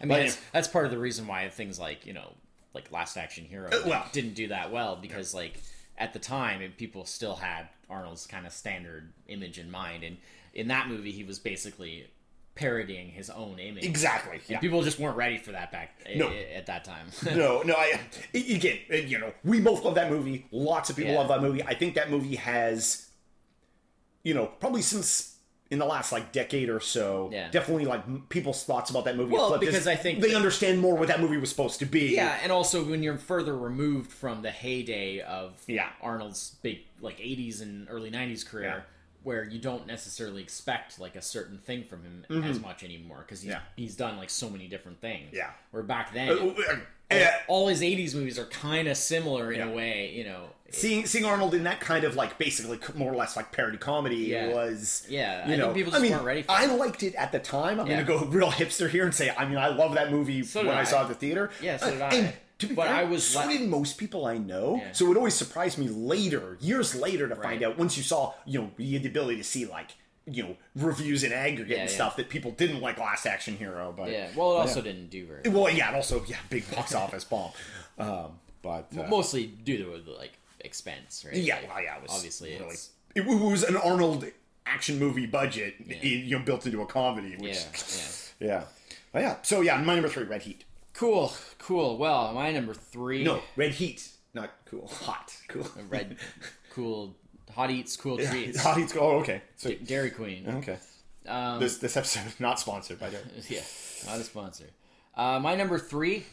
Speaker 2: I
Speaker 1: But
Speaker 2: mean, that's,
Speaker 1: anyway.
Speaker 2: that's part of the reason why things like you know, like Last Action Hero, like,
Speaker 1: Uh, well.
Speaker 2: didn't do that well because like at the time, it, people still had Arnold's kind of standard image in mind, and in that movie, he was basically parodying his own image.
Speaker 1: Exactly.
Speaker 2: And
Speaker 1: Yeah.
Speaker 2: people just weren't ready for that back
Speaker 1: No.
Speaker 2: i- at that time.
Speaker 1: no, no. I a- again, uh, you know, we both love that movie. Lots of people
Speaker 2: Yeah.
Speaker 1: love that movie. I think that movie has, you know, probably since in the last like decade or so,
Speaker 2: Yeah.
Speaker 1: definitely like m- people's thoughts about that movie.
Speaker 2: Well,
Speaker 1: flipped. It's-
Speaker 2: because I think
Speaker 1: they
Speaker 2: that-
Speaker 1: understand more what that movie was supposed to be.
Speaker 2: Yeah, and also when you're further removed from the heyday of
Speaker 1: Yeah.
Speaker 2: Arnold's big like 80s and early 90s career
Speaker 1: Yeah.
Speaker 2: where you don't necessarily expect like a certain thing from him as much anymore cuz he's,
Speaker 1: Mm-hmm. Yeah.
Speaker 2: he's done like so many different things.
Speaker 1: Yeah.
Speaker 2: Where back then
Speaker 1: Uh, uh,
Speaker 2: all,
Speaker 1: uh,
Speaker 2: all his 80s movies are kind of similar in
Speaker 1: Yeah.
Speaker 2: a way, you know.
Speaker 1: seeing seeing Arnold in that kind of like basically co- more or less like parody comedy
Speaker 2: Yeah.
Speaker 1: was
Speaker 2: Yeah, I
Speaker 1: you
Speaker 2: think
Speaker 1: know
Speaker 2: people just
Speaker 1: I mean
Speaker 2: weren't ready for
Speaker 1: I liked it at the time I'm
Speaker 2: Yeah.
Speaker 1: gonna go real hipster here and say I mean I love that movie
Speaker 2: So did
Speaker 1: when I.
Speaker 2: I.
Speaker 1: saw it at the theater
Speaker 2: Yeah, so did
Speaker 1: Uh,
Speaker 2: I.
Speaker 1: and to be
Speaker 2: But
Speaker 1: fair,
Speaker 2: I was
Speaker 1: so
Speaker 2: la-
Speaker 1: did most people I know
Speaker 2: Yeah.
Speaker 1: so it always surprised me later years later to find
Speaker 2: Right.
Speaker 1: out once you saw you know you had the ability to see like you know reviews in aggregate and
Speaker 2: yeah.
Speaker 1: stuff that people didn't like Last Action Hero but
Speaker 2: Yeah. Well, it also didn't do very
Speaker 1: well yeah and also yeah big box office bomb um, but uh,
Speaker 2: mostly due to like expense, right?
Speaker 1: Yeah,
Speaker 2: Like,
Speaker 1: well, yeah, it was
Speaker 2: obviously
Speaker 1: really,
Speaker 2: it's,
Speaker 1: it was an Arnold action movie budget, i- you know, built into a comedy. Which,
Speaker 2: yeah,
Speaker 1: yeah,
Speaker 2: yeah.
Speaker 1: yeah. But yeah. So yeah, my number three, Red Heat.
Speaker 2: Cool, cool. Well, my number 3
Speaker 1: No, Red Heat, not cool, hot, cool,
Speaker 2: red cool hot eats cool treats
Speaker 1: hot Uh-huh. Heat's cool. Oh, okay, sweet.
Speaker 2: dairy queen
Speaker 1: Okay,
Speaker 2: um,
Speaker 1: this this episode is not sponsored by Dairy.
Speaker 2: yeah not a sponsor uh, my number three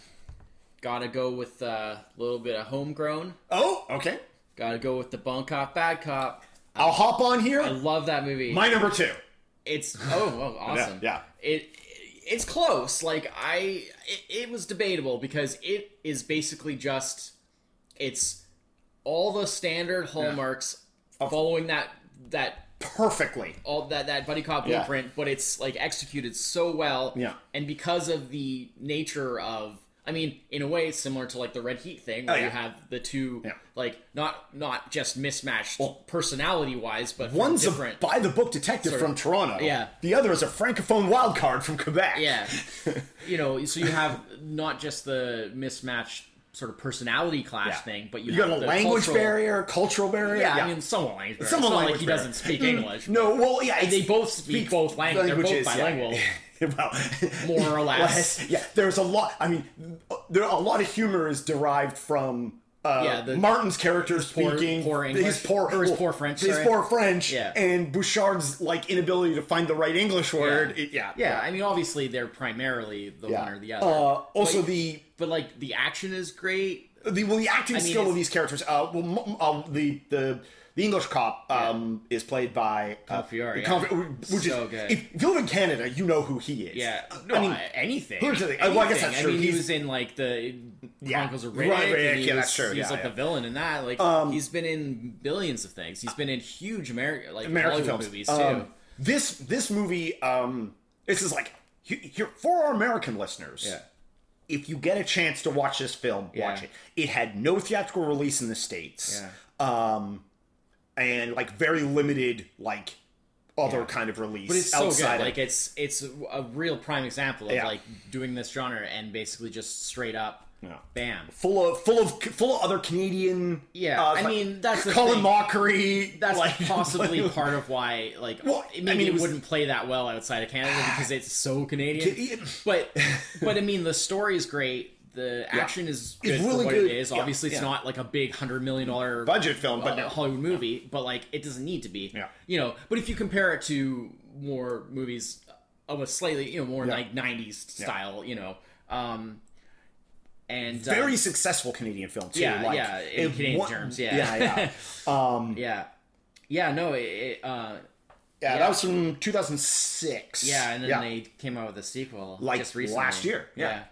Speaker 2: gotta go with uh, a little bit of homegrown
Speaker 1: Oh, okay.
Speaker 2: gotta go with the bunk cop bad cop
Speaker 1: I'll hop on
Speaker 2: i
Speaker 1: here.
Speaker 2: love that movie
Speaker 1: My number two.
Speaker 2: it's oh, oh awesome
Speaker 1: yeah.
Speaker 2: it it's close like i it, it was debatable because it is basically just it's all the standard hallmarks following that that
Speaker 1: Perfectly.
Speaker 2: all that that buddy cop
Speaker 1: Yeah.
Speaker 2: blueprint, but it's like executed so well.
Speaker 1: Yeah.
Speaker 2: And because of the nature of I mean, in a way it's similar to like the red heat thing where
Speaker 1: Oh, yeah.
Speaker 2: you have the two
Speaker 1: Yeah.
Speaker 2: like not not just mismatched personality wise, but from
Speaker 1: One's a
Speaker 2: different
Speaker 1: by the book detective from Toronto.
Speaker 2: yeah.
Speaker 1: The other is a francophone wildcard from Quebec.
Speaker 2: Yeah. you know, so you have not just the mismatched sort of personality clash
Speaker 1: Yeah.
Speaker 2: thing, but you,
Speaker 1: You got
Speaker 2: have
Speaker 1: a
Speaker 2: the
Speaker 1: language
Speaker 2: cultural-
Speaker 1: barrier, cultural barrier.
Speaker 2: Yeah, I mean somewhat language barrier.
Speaker 1: Somewhat
Speaker 2: it's not
Speaker 1: language
Speaker 2: like he
Speaker 1: barrier. Mm.
Speaker 2: doesn't speak English.
Speaker 1: No, well, yeah,
Speaker 2: They
Speaker 1: it's-
Speaker 2: both speak, both lang- they're both bilingual.
Speaker 1: Yeah. well,
Speaker 2: More or less.
Speaker 1: yeah. There's a lot. I mean, there a lot of humor is derived from. Uh,
Speaker 2: Yeah, the-
Speaker 1: Martin's character
Speaker 2: poor-
Speaker 1: speaking
Speaker 2: poor
Speaker 1: his
Speaker 2: English.
Speaker 1: poor
Speaker 2: Or his poor French,
Speaker 1: his
Speaker 2: sorry.
Speaker 1: poor French,
Speaker 2: Yeah.
Speaker 1: and Bouchard's like inability to find the right English word. It- Yeah,
Speaker 2: Yeah, I mean, obviously they're primarily the
Speaker 1: yeah.
Speaker 2: one or the other.
Speaker 1: Uh, also,
Speaker 2: But-
Speaker 1: the
Speaker 2: but like the action is great.
Speaker 1: the well, the acting
Speaker 2: mean,
Speaker 1: skill of
Speaker 2: it's-
Speaker 1: these characters. Uh, well, m- um, the the the English cop um, is played by uh,
Speaker 2: Confiore,
Speaker 1: Conf-
Speaker 2: yeah.
Speaker 1: which
Speaker 2: So
Speaker 1: is
Speaker 2: good.
Speaker 1: if, if you live in Canada, you know who he is.
Speaker 2: Yeah,
Speaker 1: Uh,
Speaker 2: no,
Speaker 1: I mean,
Speaker 2: I- anything.
Speaker 1: here's the thing.
Speaker 2: Anything.
Speaker 1: Well, I guess that's true.
Speaker 2: mean, he
Speaker 1: He's-
Speaker 2: was in like the Chronicles of
Speaker 1: Right,
Speaker 2: Riddick.
Speaker 1: right,
Speaker 2: and he
Speaker 1: yeah,
Speaker 2: was,
Speaker 1: that's true,
Speaker 2: He
Speaker 1: yeah,
Speaker 2: was like
Speaker 1: yeah. Um,
Speaker 2: the villain in that. Like he's been in billions of things. He's been in huge Ameri- like
Speaker 1: American
Speaker 2: Hollywood
Speaker 1: films.
Speaker 2: movies too.
Speaker 1: Um, this this movie, um, this is like he- here for our American listeners.
Speaker 2: yeah,
Speaker 1: if you get a chance to watch this film, watch
Speaker 2: Yeah.
Speaker 1: it. It had no theatrical release in the states, um, and like very limited like other kind of release
Speaker 2: but it's so good.
Speaker 1: outside. of-
Speaker 2: Like it's it's a real prime example of
Speaker 1: Yeah.
Speaker 2: like doing this genre and basically just straight up,
Speaker 1: Yeah.
Speaker 2: bam.
Speaker 1: full of full of full of other Canadian.
Speaker 2: Yeah,
Speaker 1: uh,
Speaker 2: I
Speaker 1: like,
Speaker 2: mean, that's the
Speaker 1: Colin
Speaker 2: thing.
Speaker 1: Mockery.
Speaker 2: that's
Speaker 1: like,
Speaker 2: possibly part of why like
Speaker 1: Well, I
Speaker 2: maybe
Speaker 1: mean, it
Speaker 2: it
Speaker 1: was-
Speaker 2: wouldn't play that well outside of Canada because it's so Canadian.
Speaker 1: It-
Speaker 2: but but I mean the story is great. The action is good
Speaker 1: really
Speaker 2: for what
Speaker 1: good.
Speaker 2: it is.
Speaker 1: Yeah,
Speaker 2: Obviously,
Speaker 1: yeah.
Speaker 2: it's not like a big hundred million dollar uh,
Speaker 1: budget film, but no.
Speaker 2: Hollywood movie, but like it doesn't need to be.
Speaker 1: Yeah.
Speaker 2: You know, but if you compare it to more movies of a slightly you know more like '90s style, you know, um, and uh,
Speaker 1: very successful Canadian film too.
Speaker 2: Yeah,
Speaker 1: like,
Speaker 2: yeah, in
Speaker 1: it
Speaker 2: Canadian
Speaker 1: won-
Speaker 2: terms, yeah.
Speaker 1: yeah, yeah. Um,
Speaker 2: yeah, yeah, no, it, it, uh,
Speaker 1: yeah, that
Speaker 2: Yeah.
Speaker 1: was from 2006.
Speaker 2: Yeah, and then they came out with a sequel
Speaker 1: Like,
Speaker 2: just recently.
Speaker 1: last year, yeah.
Speaker 2: Yeah.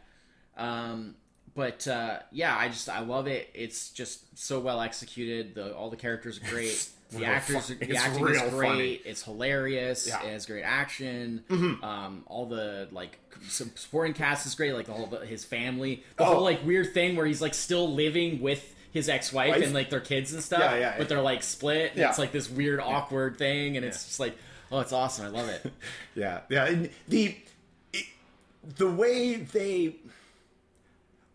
Speaker 2: Um, but uh, yeah, I just I love it. It's just so well executed. The all the characters are great. The actors,
Speaker 1: fu-
Speaker 2: the
Speaker 1: it's
Speaker 2: acting
Speaker 1: real
Speaker 2: is great.
Speaker 1: funny.
Speaker 2: It's hilarious.
Speaker 1: Yeah. Mm-hmm.
Speaker 2: It has great action. Um, all the like some supporting cast is great. Like the whole his family, the
Speaker 1: Oh.
Speaker 2: whole like weird thing where he's like still living with his ex-wife
Speaker 1: Wife?
Speaker 2: and like their kids and stuff.
Speaker 1: Yeah, yeah, yeah.
Speaker 2: But they're like split. And
Speaker 1: Yeah.
Speaker 2: It's like this weird awkward thing, and it's just like, oh, it's awesome. I love it.
Speaker 1: Yeah, yeah. And the it, the way they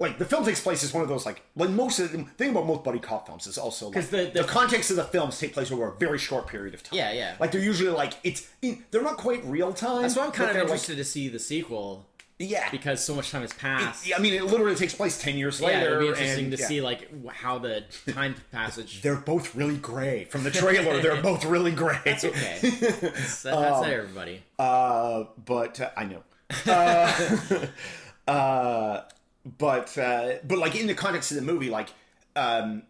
Speaker 1: like the film takes place is one of those like like most of the thing about most buddy cop films is also like
Speaker 2: 'Cause the- the-
Speaker 1: context of the films take place over a very short period of time.
Speaker 2: Yeah, yeah.
Speaker 1: Like they're usually like it's in, they're not quite real time.
Speaker 2: That's why I'm
Speaker 1: but
Speaker 2: kind of
Speaker 1: they're, like-
Speaker 2: interested to see the sequel
Speaker 1: yeah,
Speaker 2: because so much time has passed.
Speaker 1: yeah. I mean, it literally takes place ten years
Speaker 2: yeah,
Speaker 1: later.
Speaker 2: it'll be interesting
Speaker 1: and-
Speaker 2: to
Speaker 1: yeah.
Speaker 2: see like w- how the time passage.
Speaker 1: They're both really gray from the trailer. they're both really gray.
Speaker 2: That's okay. That's, that's
Speaker 1: Um,
Speaker 2: not everybody.
Speaker 1: Uh, but uh, I know. Uh, uh, but uh, but like in the context of the movie, like um,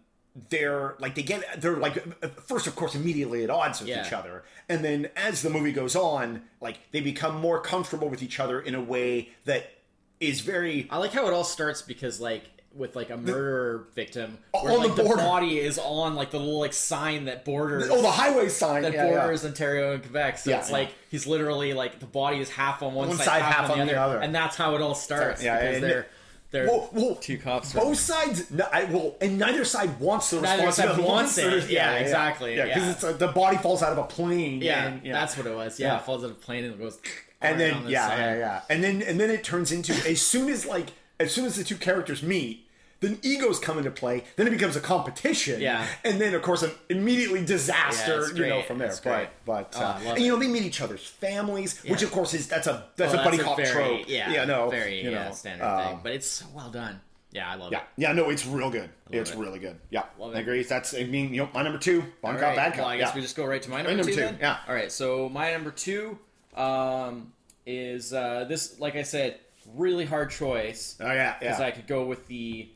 Speaker 1: they're like they get they're like first of course immediately at odds with
Speaker 2: Yeah.
Speaker 1: each other, and then as the movie goes on, like they become more comfortable with each other in a way that is very
Speaker 2: I like how it all starts because like with like a murderer victim where
Speaker 1: Oh, On the
Speaker 2: like the,
Speaker 1: border.
Speaker 2: body is on like the little like sign that borders
Speaker 1: oh the highway sign
Speaker 2: that
Speaker 1: yeah, yeah.
Speaker 2: borders Ontario and Quebec. So
Speaker 1: Yeah,
Speaker 2: it's
Speaker 1: yeah.
Speaker 2: like he's literally like the body is half on one,
Speaker 1: One
Speaker 2: side,
Speaker 1: side,
Speaker 2: half, on, the, other. and that's how it all starts.
Speaker 1: Yeah,
Speaker 2: because
Speaker 1: and-
Speaker 2: they're they're
Speaker 1: Well, well,
Speaker 2: two cops.
Speaker 1: Both sides, no, I, well, and neither side wants the
Speaker 2: Neither side
Speaker 1: responsibility.
Speaker 2: wants it. Yeah, exactly,
Speaker 1: Yeah, because
Speaker 2: yeah.
Speaker 1: it's uh the body falls out of a plane.
Speaker 2: yeah,
Speaker 1: and, yeah.
Speaker 2: that's what it was. Yeah,
Speaker 1: Yeah.
Speaker 2: it falls out of a plane and goes.
Speaker 1: and
Speaker 2: on
Speaker 1: then
Speaker 2: the
Speaker 1: yeah,
Speaker 2: side.
Speaker 1: yeah, yeah, and then and then it turns into as soon as like as soon as the two characters meet, then egos come into play. Then it becomes a competition.
Speaker 2: Yeah.
Speaker 1: and then of course an immediately
Speaker 2: Yeah,
Speaker 1: disaster.
Speaker 2: it's
Speaker 1: you know
Speaker 2: great.
Speaker 1: from there,
Speaker 2: It's great.
Speaker 1: but but uh,
Speaker 2: Oh, I love
Speaker 1: and, you know they meet each other's families, which
Speaker 2: Yeah.
Speaker 1: of course is that's a that's
Speaker 2: Well,
Speaker 1: a buddy
Speaker 2: that's
Speaker 1: cop
Speaker 2: very-
Speaker 1: trope.
Speaker 2: Yeah,
Speaker 1: no,
Speaker 2: very
Speaker 1: you know,
Speaker 2: yeah, standard thing.
Speaker 1: um,
Speaker 2: But it's so well done. Yeah, I love
Speaker 1: Yeah,
Speaker 2: it.
Speaker 1: yeah, no, it's real good. It's
Speaker 2: it.
Speaker 1: really good. Yeah,
Speaker 2: Love
Speaker 1: I
Speaker 2: it.
Speaker 1: agree. That's I mean, you know, my number two, Bon
Speaker 2: All
Speaker 1: Cop,
Speaker 2: right,
Speaker 1: Bad Cop.
Speaker 2: Well, I guess
Speaker 1: yeah.
Speaker 2: we just go right to my number,
Speaker 1: number
Speaker 2: two.
Speaker 1: two,
Speaker 2: then?
Speaker 1: yeah.
Speaker 2: All right. So my number two um, is uh, this. Like I said, really hard choice
Speaker 1: oh yeah,
Speaker 2: because
Speaker 1: yeah.
Speaker 2: I could go with the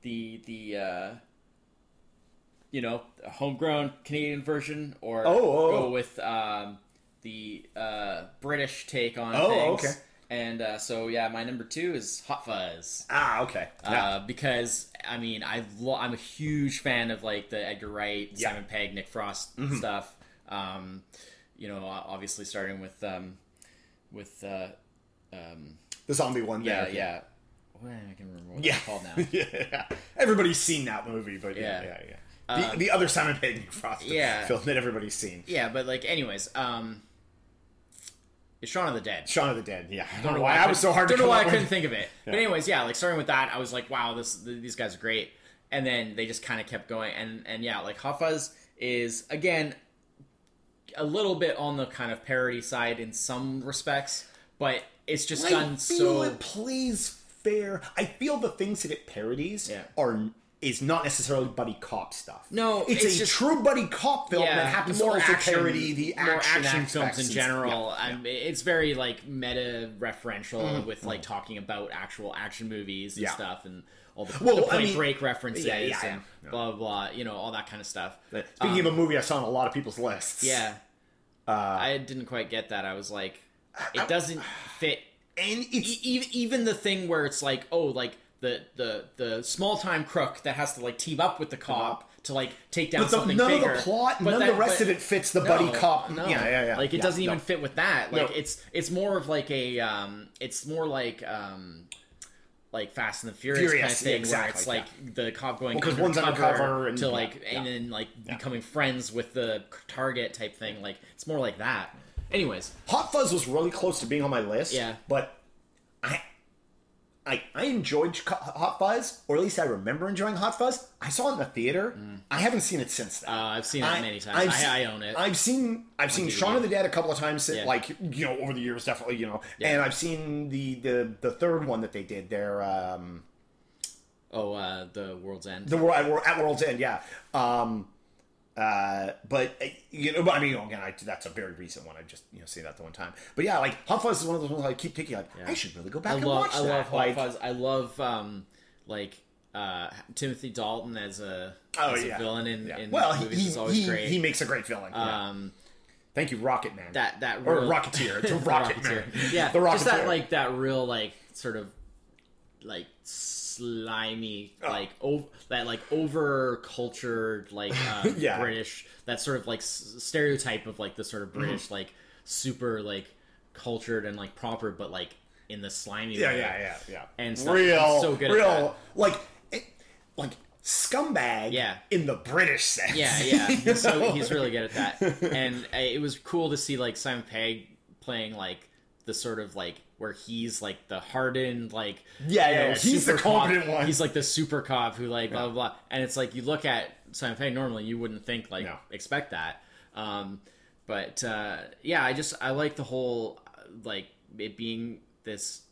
Speaker 2: the the uh, you know homegrown Canadian version, or
Speaker 1: Oh, oh,
Speaker 2: go
Speaker 1: oh.
Speaker 2: with um, the uh, British take on
Speaker 1: Oh,
Speaker 2: things.
Speaker 1: okay.
Speaker 2: And uh, so yeah, my number two is Hot Fuzz.
Speaker 1: ah, okay. Yeah.
Speaker 2: Uh, because I mean I lo- I'm a huge fan of like the Edgar Wright,
Speaker 1: Yeah. Mm-hmm.
Speaker 2: Simon Pegg, Nick Frost stuff. Um, you know, o- obviously starting with um, with uh, um,
Speaker 1: the zombie one.
Speaker 2: yeah
Speaker 1: there.
Speaker 2: yeah. Well, I can remember what
Speaker 1: Yeah.
Speaker 2: it's called now.
Speaker 1: yeah. Everybody's seen that movie, but yeah,
Speaker 2: Yeah. Uh,
Speaker 1: yeah, yeah. The, the other Simon Pegg Nick Frost
Speaker 2: yeah.
Speaker 1: film that everybody's seen.
Speaker 2: yeah, but like anyways, um, it's Shaun of the Dead.
Speaker 1: Shaun of the Dead. Yeah. I don't know why I was so hard
Speaker 2: Don't
Speaker 1: to
Speaker 2: know
Speaker 1: come
Speaker 2: why
Speaker 1: up
Speaker 2: I couldn't
Speaker 1: with.
Speaker 2: think of it. But anyways, yeah, like starting with that, I was like, wow, this th- these guys are great. And then they just kind of kept going, and and yeah, like Hot Fuzz is again a little bit on the kind of parody side in some respects, but it's just
Speaker 1: I
Speaker 2: done
Speaker 1: feel
Speaker 2: so.
Speaker 1: it plays fair. I feel the things that it parodies
Speaker 2: Yeah.
Speaker 1: are is not necessarily buddy cop stuff.
Speaker 2: No,
Speaker 1: it's,
Speaker 2: it's
Speaker 1: a
Speaker 2: just-
Speaker 1: true buddy cop film that happens
Speaker 2: it's
Speaker 1: more
Speaker 2: also
Speaker 1: to parody the
Speaker 2: more
Speaker 1: action,
Speaker 2: films
Speaker 1: aspects
Speaker 2: in
Speaker 1: and-
Speaker 2: general. Um, It's very like meta referential with like talking about actual action movies and
Speaker 1: Mm-hmm. Yeah.
Speaker 2: stuff and all the,
Speaker 1: Well,
Speaker 2: the
Speaker 1: I
Speaker 2: Point
Speaker 1: mean-
Speaker 2: Break references
Speaker 1: Yeah, yeah,
Speaker 2: and blah blah blah. You know all that kind of stuff.
Speaker 1: Yeah. Speaking of a movie, I saw on a lot of people's lists.
Speaker 2: Yeah,
Speaker 1: uh,
Speaker 2: I didn't quite get that. I was like, it doesn't fit
Speaker 1: and it's
Speaker 2: even even the thing where it's like oh like the the the small time crook that has to like team up with the cop to like take down
Speaker 1: but the,
Speaker 2: something
Speaker 1: none
Speaker 2: bigger.
Speaker 1: of the plot,
Speaker 2: But
Speaker 1: none of
Speaker 2: that-
Speaker 1: the rest
Speaker 2: but-
Speaker 1: of it fits the buddy
Speaker 2: no,
Speaker 1: cop.
Speaker 2: no.
Speaker 1: Yeah, yeah, yeah.
Speaker 2: Like it
Speaker 1: Yeah,
Speaker 2: doesn't even
Speaker 1: no.
Speaker 2: fit with that. Like
Speaker 1: No.
Speaker 2: it's it's more of like a um it's more like um like Fast and the Furious, kind of
Speaker 1: Furious, yeah,
Speaker 2: thing where
Speaker 1: exactly,
Speaker 2: it's like the cop going
Speaker 1: 'cause
Speaker 2: undercover,
Speaker 1: one's undercover and-
Speaker 2: to like
Speaker 1: yeah,
Speaker 2: and then like becoming friends with the c- target type thing. Like it's more like that. Anyways,
Speaker 1: Hot Fuzz was really close to being on my list.
Speaker 2: Yeah.
Speaker 1: but I, I, I enjoyed Ch- Hot Fuzz, or at least I remember enjoying Hot Fuzz. I saw it in the theater. I haven't seen it since then.
Speaker 2: Mm. uh, I've seen it many times.
Speaker 1: I've
Speaker 2: I,
Speaker 1: seen-
Speaker 2: I own it.
Speaker 1: I've seen I've seen Shaun of the Dead a couple of times,
Speaker 2: Yeah.
Speaker 1: like you know, over the years, definitely, you know. And I've seen the the the third one that they did there, um,
Speaker 2: oh, uh, the World's End.
Speaker 1: the Wor- at Wor- at World's End, yeah. Um, uh, but uh, you know, but I mean, again, I, that's a very recent one. I just you know seen that the one time. But yeah, like Hot Fuzz is one of those ones I keep thinking like I should really go back
Speaker 2: I
Speaker 1: and
Speaker 2: love
Speaker 1: watch
Speaker 2: I
Speaker 1: that.
Speaker 2: love Hot
Speaker 1: like,
Speaker 2: Fuzz. I love um like uh Timothy Dalton as a
Speaker 1: Oh,
Speaker 2: as a
Speaker 1: yeah.
Speaker 2: villain in,
Speaker 1: yeah.
Speaker 2: in
Speaker 1: well,
Speaker 2: movies
Speaker 1: he
Speaker 2: is
Speaker 1: he,
Speaker 2: always
Speaker 1: he,
Speaker 2: great.
Speaker 1: he makes a great villain. yeah.
Speaker 2: um
Speaker 1: Thank you, Rocket Man.
Speaker 2: that that
Speaker 1: or
Speaker 2: real-
Speaker 1: Rocketeer. It's a
Speaker 2: the
Speaker 1: Rocket Man.
Speaker 2: Yeah,
Speaker 1: the Rocketeer.
Speaker 2: just that like that real like sort of like s- slimy,
Speaker 1: Oh.
Speaker 2: like ov- that like over cultured, like um,
Speaker 1: Yeah. Mm-hmm.
Speaker 2: British that sort of like s- stereotype of like the sort of British like super like cultured and like proper, but like in the slimy.
Speaker 1: Yeah,
Speaker 2: way.
Speaker 1: yeah, yeah, yeah.
Speaker 2: And stuff.
Speaker 1: real,
Speaker 2: He's so good at
Speaker 1: real, like, it, like scumbag.
Speaker 2: Yeah.
Speaker 1: in the British sense.
Speaker 2: Yeah, yeah.
Speaker 1: You
Speaker 2: He's, so,
Speaker 1: know?
Speaker 2: he's really good at that. And uh, it was cool to see like Simon Pegg playing like the sort of like where he's like the hardened like
Speaker 1: Yeah, yeah, yeah. He's the
Speaker 2: super cop-
Speaker 1: competent one.
Speaker 2: He's like the super cop who like blah blah blah. And it's like you look at Simon Pegg normally you wouldn't think like
Speaker 1: No.
Speaker 2: expect that. Um, but uh, yeah, I just I like the whole uh, like it being this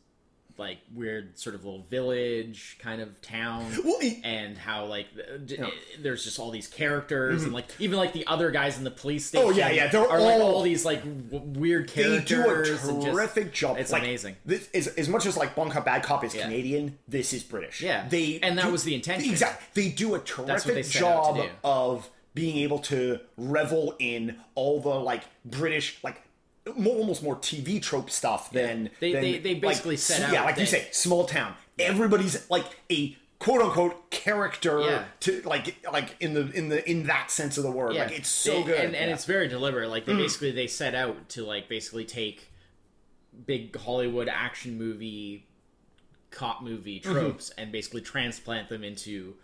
Speaker 2: like weird sort of little village kind of town
Speaker 1: Well, he-
Speaker 2: and how like th- d- eh, there's just all these characters and like even like the other guys in the police station.
Speaker 1: Mm-hmm. Oh, yeah, yeah, they're
Speaker 2: are like
Speaker 1: all-
Speaker 2: all these like w- weird
Speaker 1: they
Speaker 2: characters.
Speaker 1: do a
Speaker 2: and just-
Speaker 1: terrific job.
Speaker 2: It's
Speaker 1: Like,
Speaker 2: amazing.
Speaker 1: This is as much as like Bon Cop Bad Cop is Canadian. This is British.
Speaker 2: Yeah.
Speaker 1: they
Speaker 2: And that
Speaker 1: do-
Speaker 2: was the intention.
Speaker 1: Exactly. They do a
Speaker 2: what they
Speaker 1: terrific
Speaker 2: set out
Speaker 1: job
Speaker 2: to do.
Speaker 1: of being able to revel in all the like British like. More, almost more TV trope stuff than
Speaker 2: They-
Speaker 1: than,
Speaker 2: they- they
Speaker 1: like,
Speaker 2: basically set
Speaker 1: s-
Speaker 2: out
Speaker 1: Yeah, like you
Speaker 2: that-
Speaker 1: say, small town. Everybody's like a quote unquote character
Speaker 2: Yeah.
Speaker 1: to like like in the in the in that sense of the word.
Speaker 2: Yeah.
Speaker 1: Like it's so
Speaker 2: They-
Speaker 1: good.
Speaker 2: and, and
Speaker 1: Yeah. Mm-hmm.
Speaker 2: it's very deliberate. Like they basically they set out to like basically take big Hollywood action movie, cop movie
Speaker 1: Mm-hmm.
Speaker 2: tropes and basically transplant them into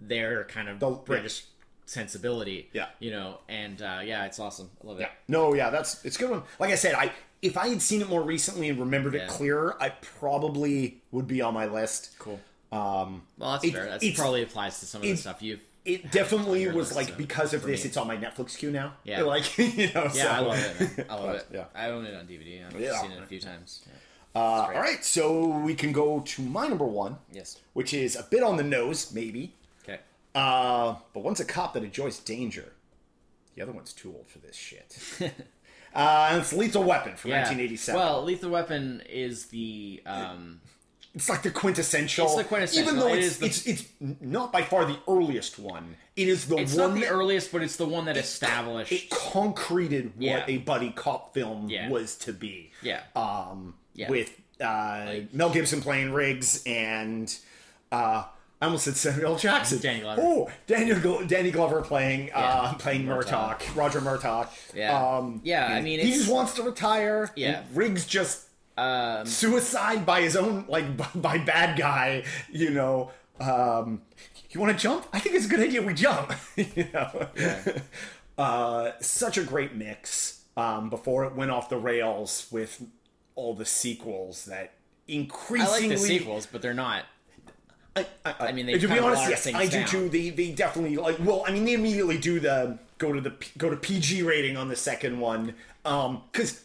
Speaker 2: their kind of
Speaker 1: The-
Speaker 2: British sensibility.
Speaker 1: Yeah.
Speaker 2: you know, and uh, yeah, it's awesome. I love it.
Speaker 1: Yeah. No, yeah, that's it's a good one. Like I said, I if I had seen it more recently and remembered
Speaker 2: Yeah.
Speaker 1: it clearer, I probably would be on my list.
Speaker 2: Cool.
Speaker 1: Um
Speaker 2: Well, that's
Speaker 1: It-
Speaker 2: fair. That
Speaker 1: it's-
Speaker 2: probably applies to some of the
Speaker 1: it-
Speaker 2: stuff you've.
Speaker 1: it definitely
Speaker 2: your
Speaker 1: was
Speaker 2: list,
Speaker 1: like
Speaker 2: so,
Speaker 1: because of
Speaker 2: for
Speaker 1: this,
Speaker 2: me.
Speaker 1: it's on my Netflix queue now.
Speaker 2: Yeah.
Speaker 1: Like you know,
Speaker 2: Yeah,
Speaker 1: so.
Speaker 2: I love it. Man. I love it.
Speaker 1: Yeah.
Speaker 2: I own it on DVD. I've
Speaker 1: Yeah.
Speaker 2: seen it a few times. Yeah.
Speaker 1: Uh,
Speaker 2: great.
Speaker 1: all right, so we can go to my number one,
Speaker 2: Yes.
Speaker 1: which is a bit on the nose, maybe.
Speaker 2: Okay.
Speaker 1: Uh, but one's a cop that enjoys danger. The other one's too old for this shit. uh, and it's Lethal Weapon from
Speaker 2: Yeah.
Speaker 1: 1987.
Speaker 2: Well, Lethal Weapon is the um,
Speaker 1: It's like the quintessential.
Speaker 2: It's the quintessential.
Speaker 1: Even though
Speaker 2: It
Speaker 1: it's,
Speaker 2: is the-
Speaker 1: it's it's not by far the earliest one. It is the
Speaker 2: it's
Speaker 1: one
Speaker 2: not the
Speaker 1: that
Speaker 2: earliest, but it's the one that established.
Speaker 1: it concreted what
Speaker 2: Yeah.
Speaker 1: a buddy cop film
Speaker 2: Yeah.
Speaker 1: was to be.
Speaker 2: yeah.
Speaker 1: Um,
Speaker 2: Yeah.
Speaker 1: with uh, Mel Gibson playing Riggs and uh, I almost said Samuel L. Jackson.
Speaker 2: Danny Glover.
Speaker 1: Oh, Daniel Glo- Danny Glover playing uh, playing Murtaugh. Roger Murtaugh.
Speaker 2: Yeah.
Speaker 1: Um,
Speaker 2: Yeah, I mean,
Speaker 1: he
Speaker 2: it's-
Speaker 1: just wants to retire.
Speaker 2: Yeah.
Speaker 1: Riggs just
Speaker 2: um,
Speaker 1: suicide by his own like b- by bad guy you know um you want to jump i think it's a good idea we jump you know uh such a great mix um before it went off the rails with all the sequels that
Speaker 2: I
Speaker 1: increasingly
Speaker 2: like the sequels, but they're not.
Speaker 1: I, I, I
Speaker 2: mean, they
Speaker 1: to be
Speaker 2: cut a lot
Speaker 1: honest
Speaker 2: of
Speaker 1: yes
Speaker 2: things
Speaker 1: i do
Speaker 2: down.
Speaker 1: too they they definitely like well i mean they immediately do the go to the P- go to pg rating on the second one um because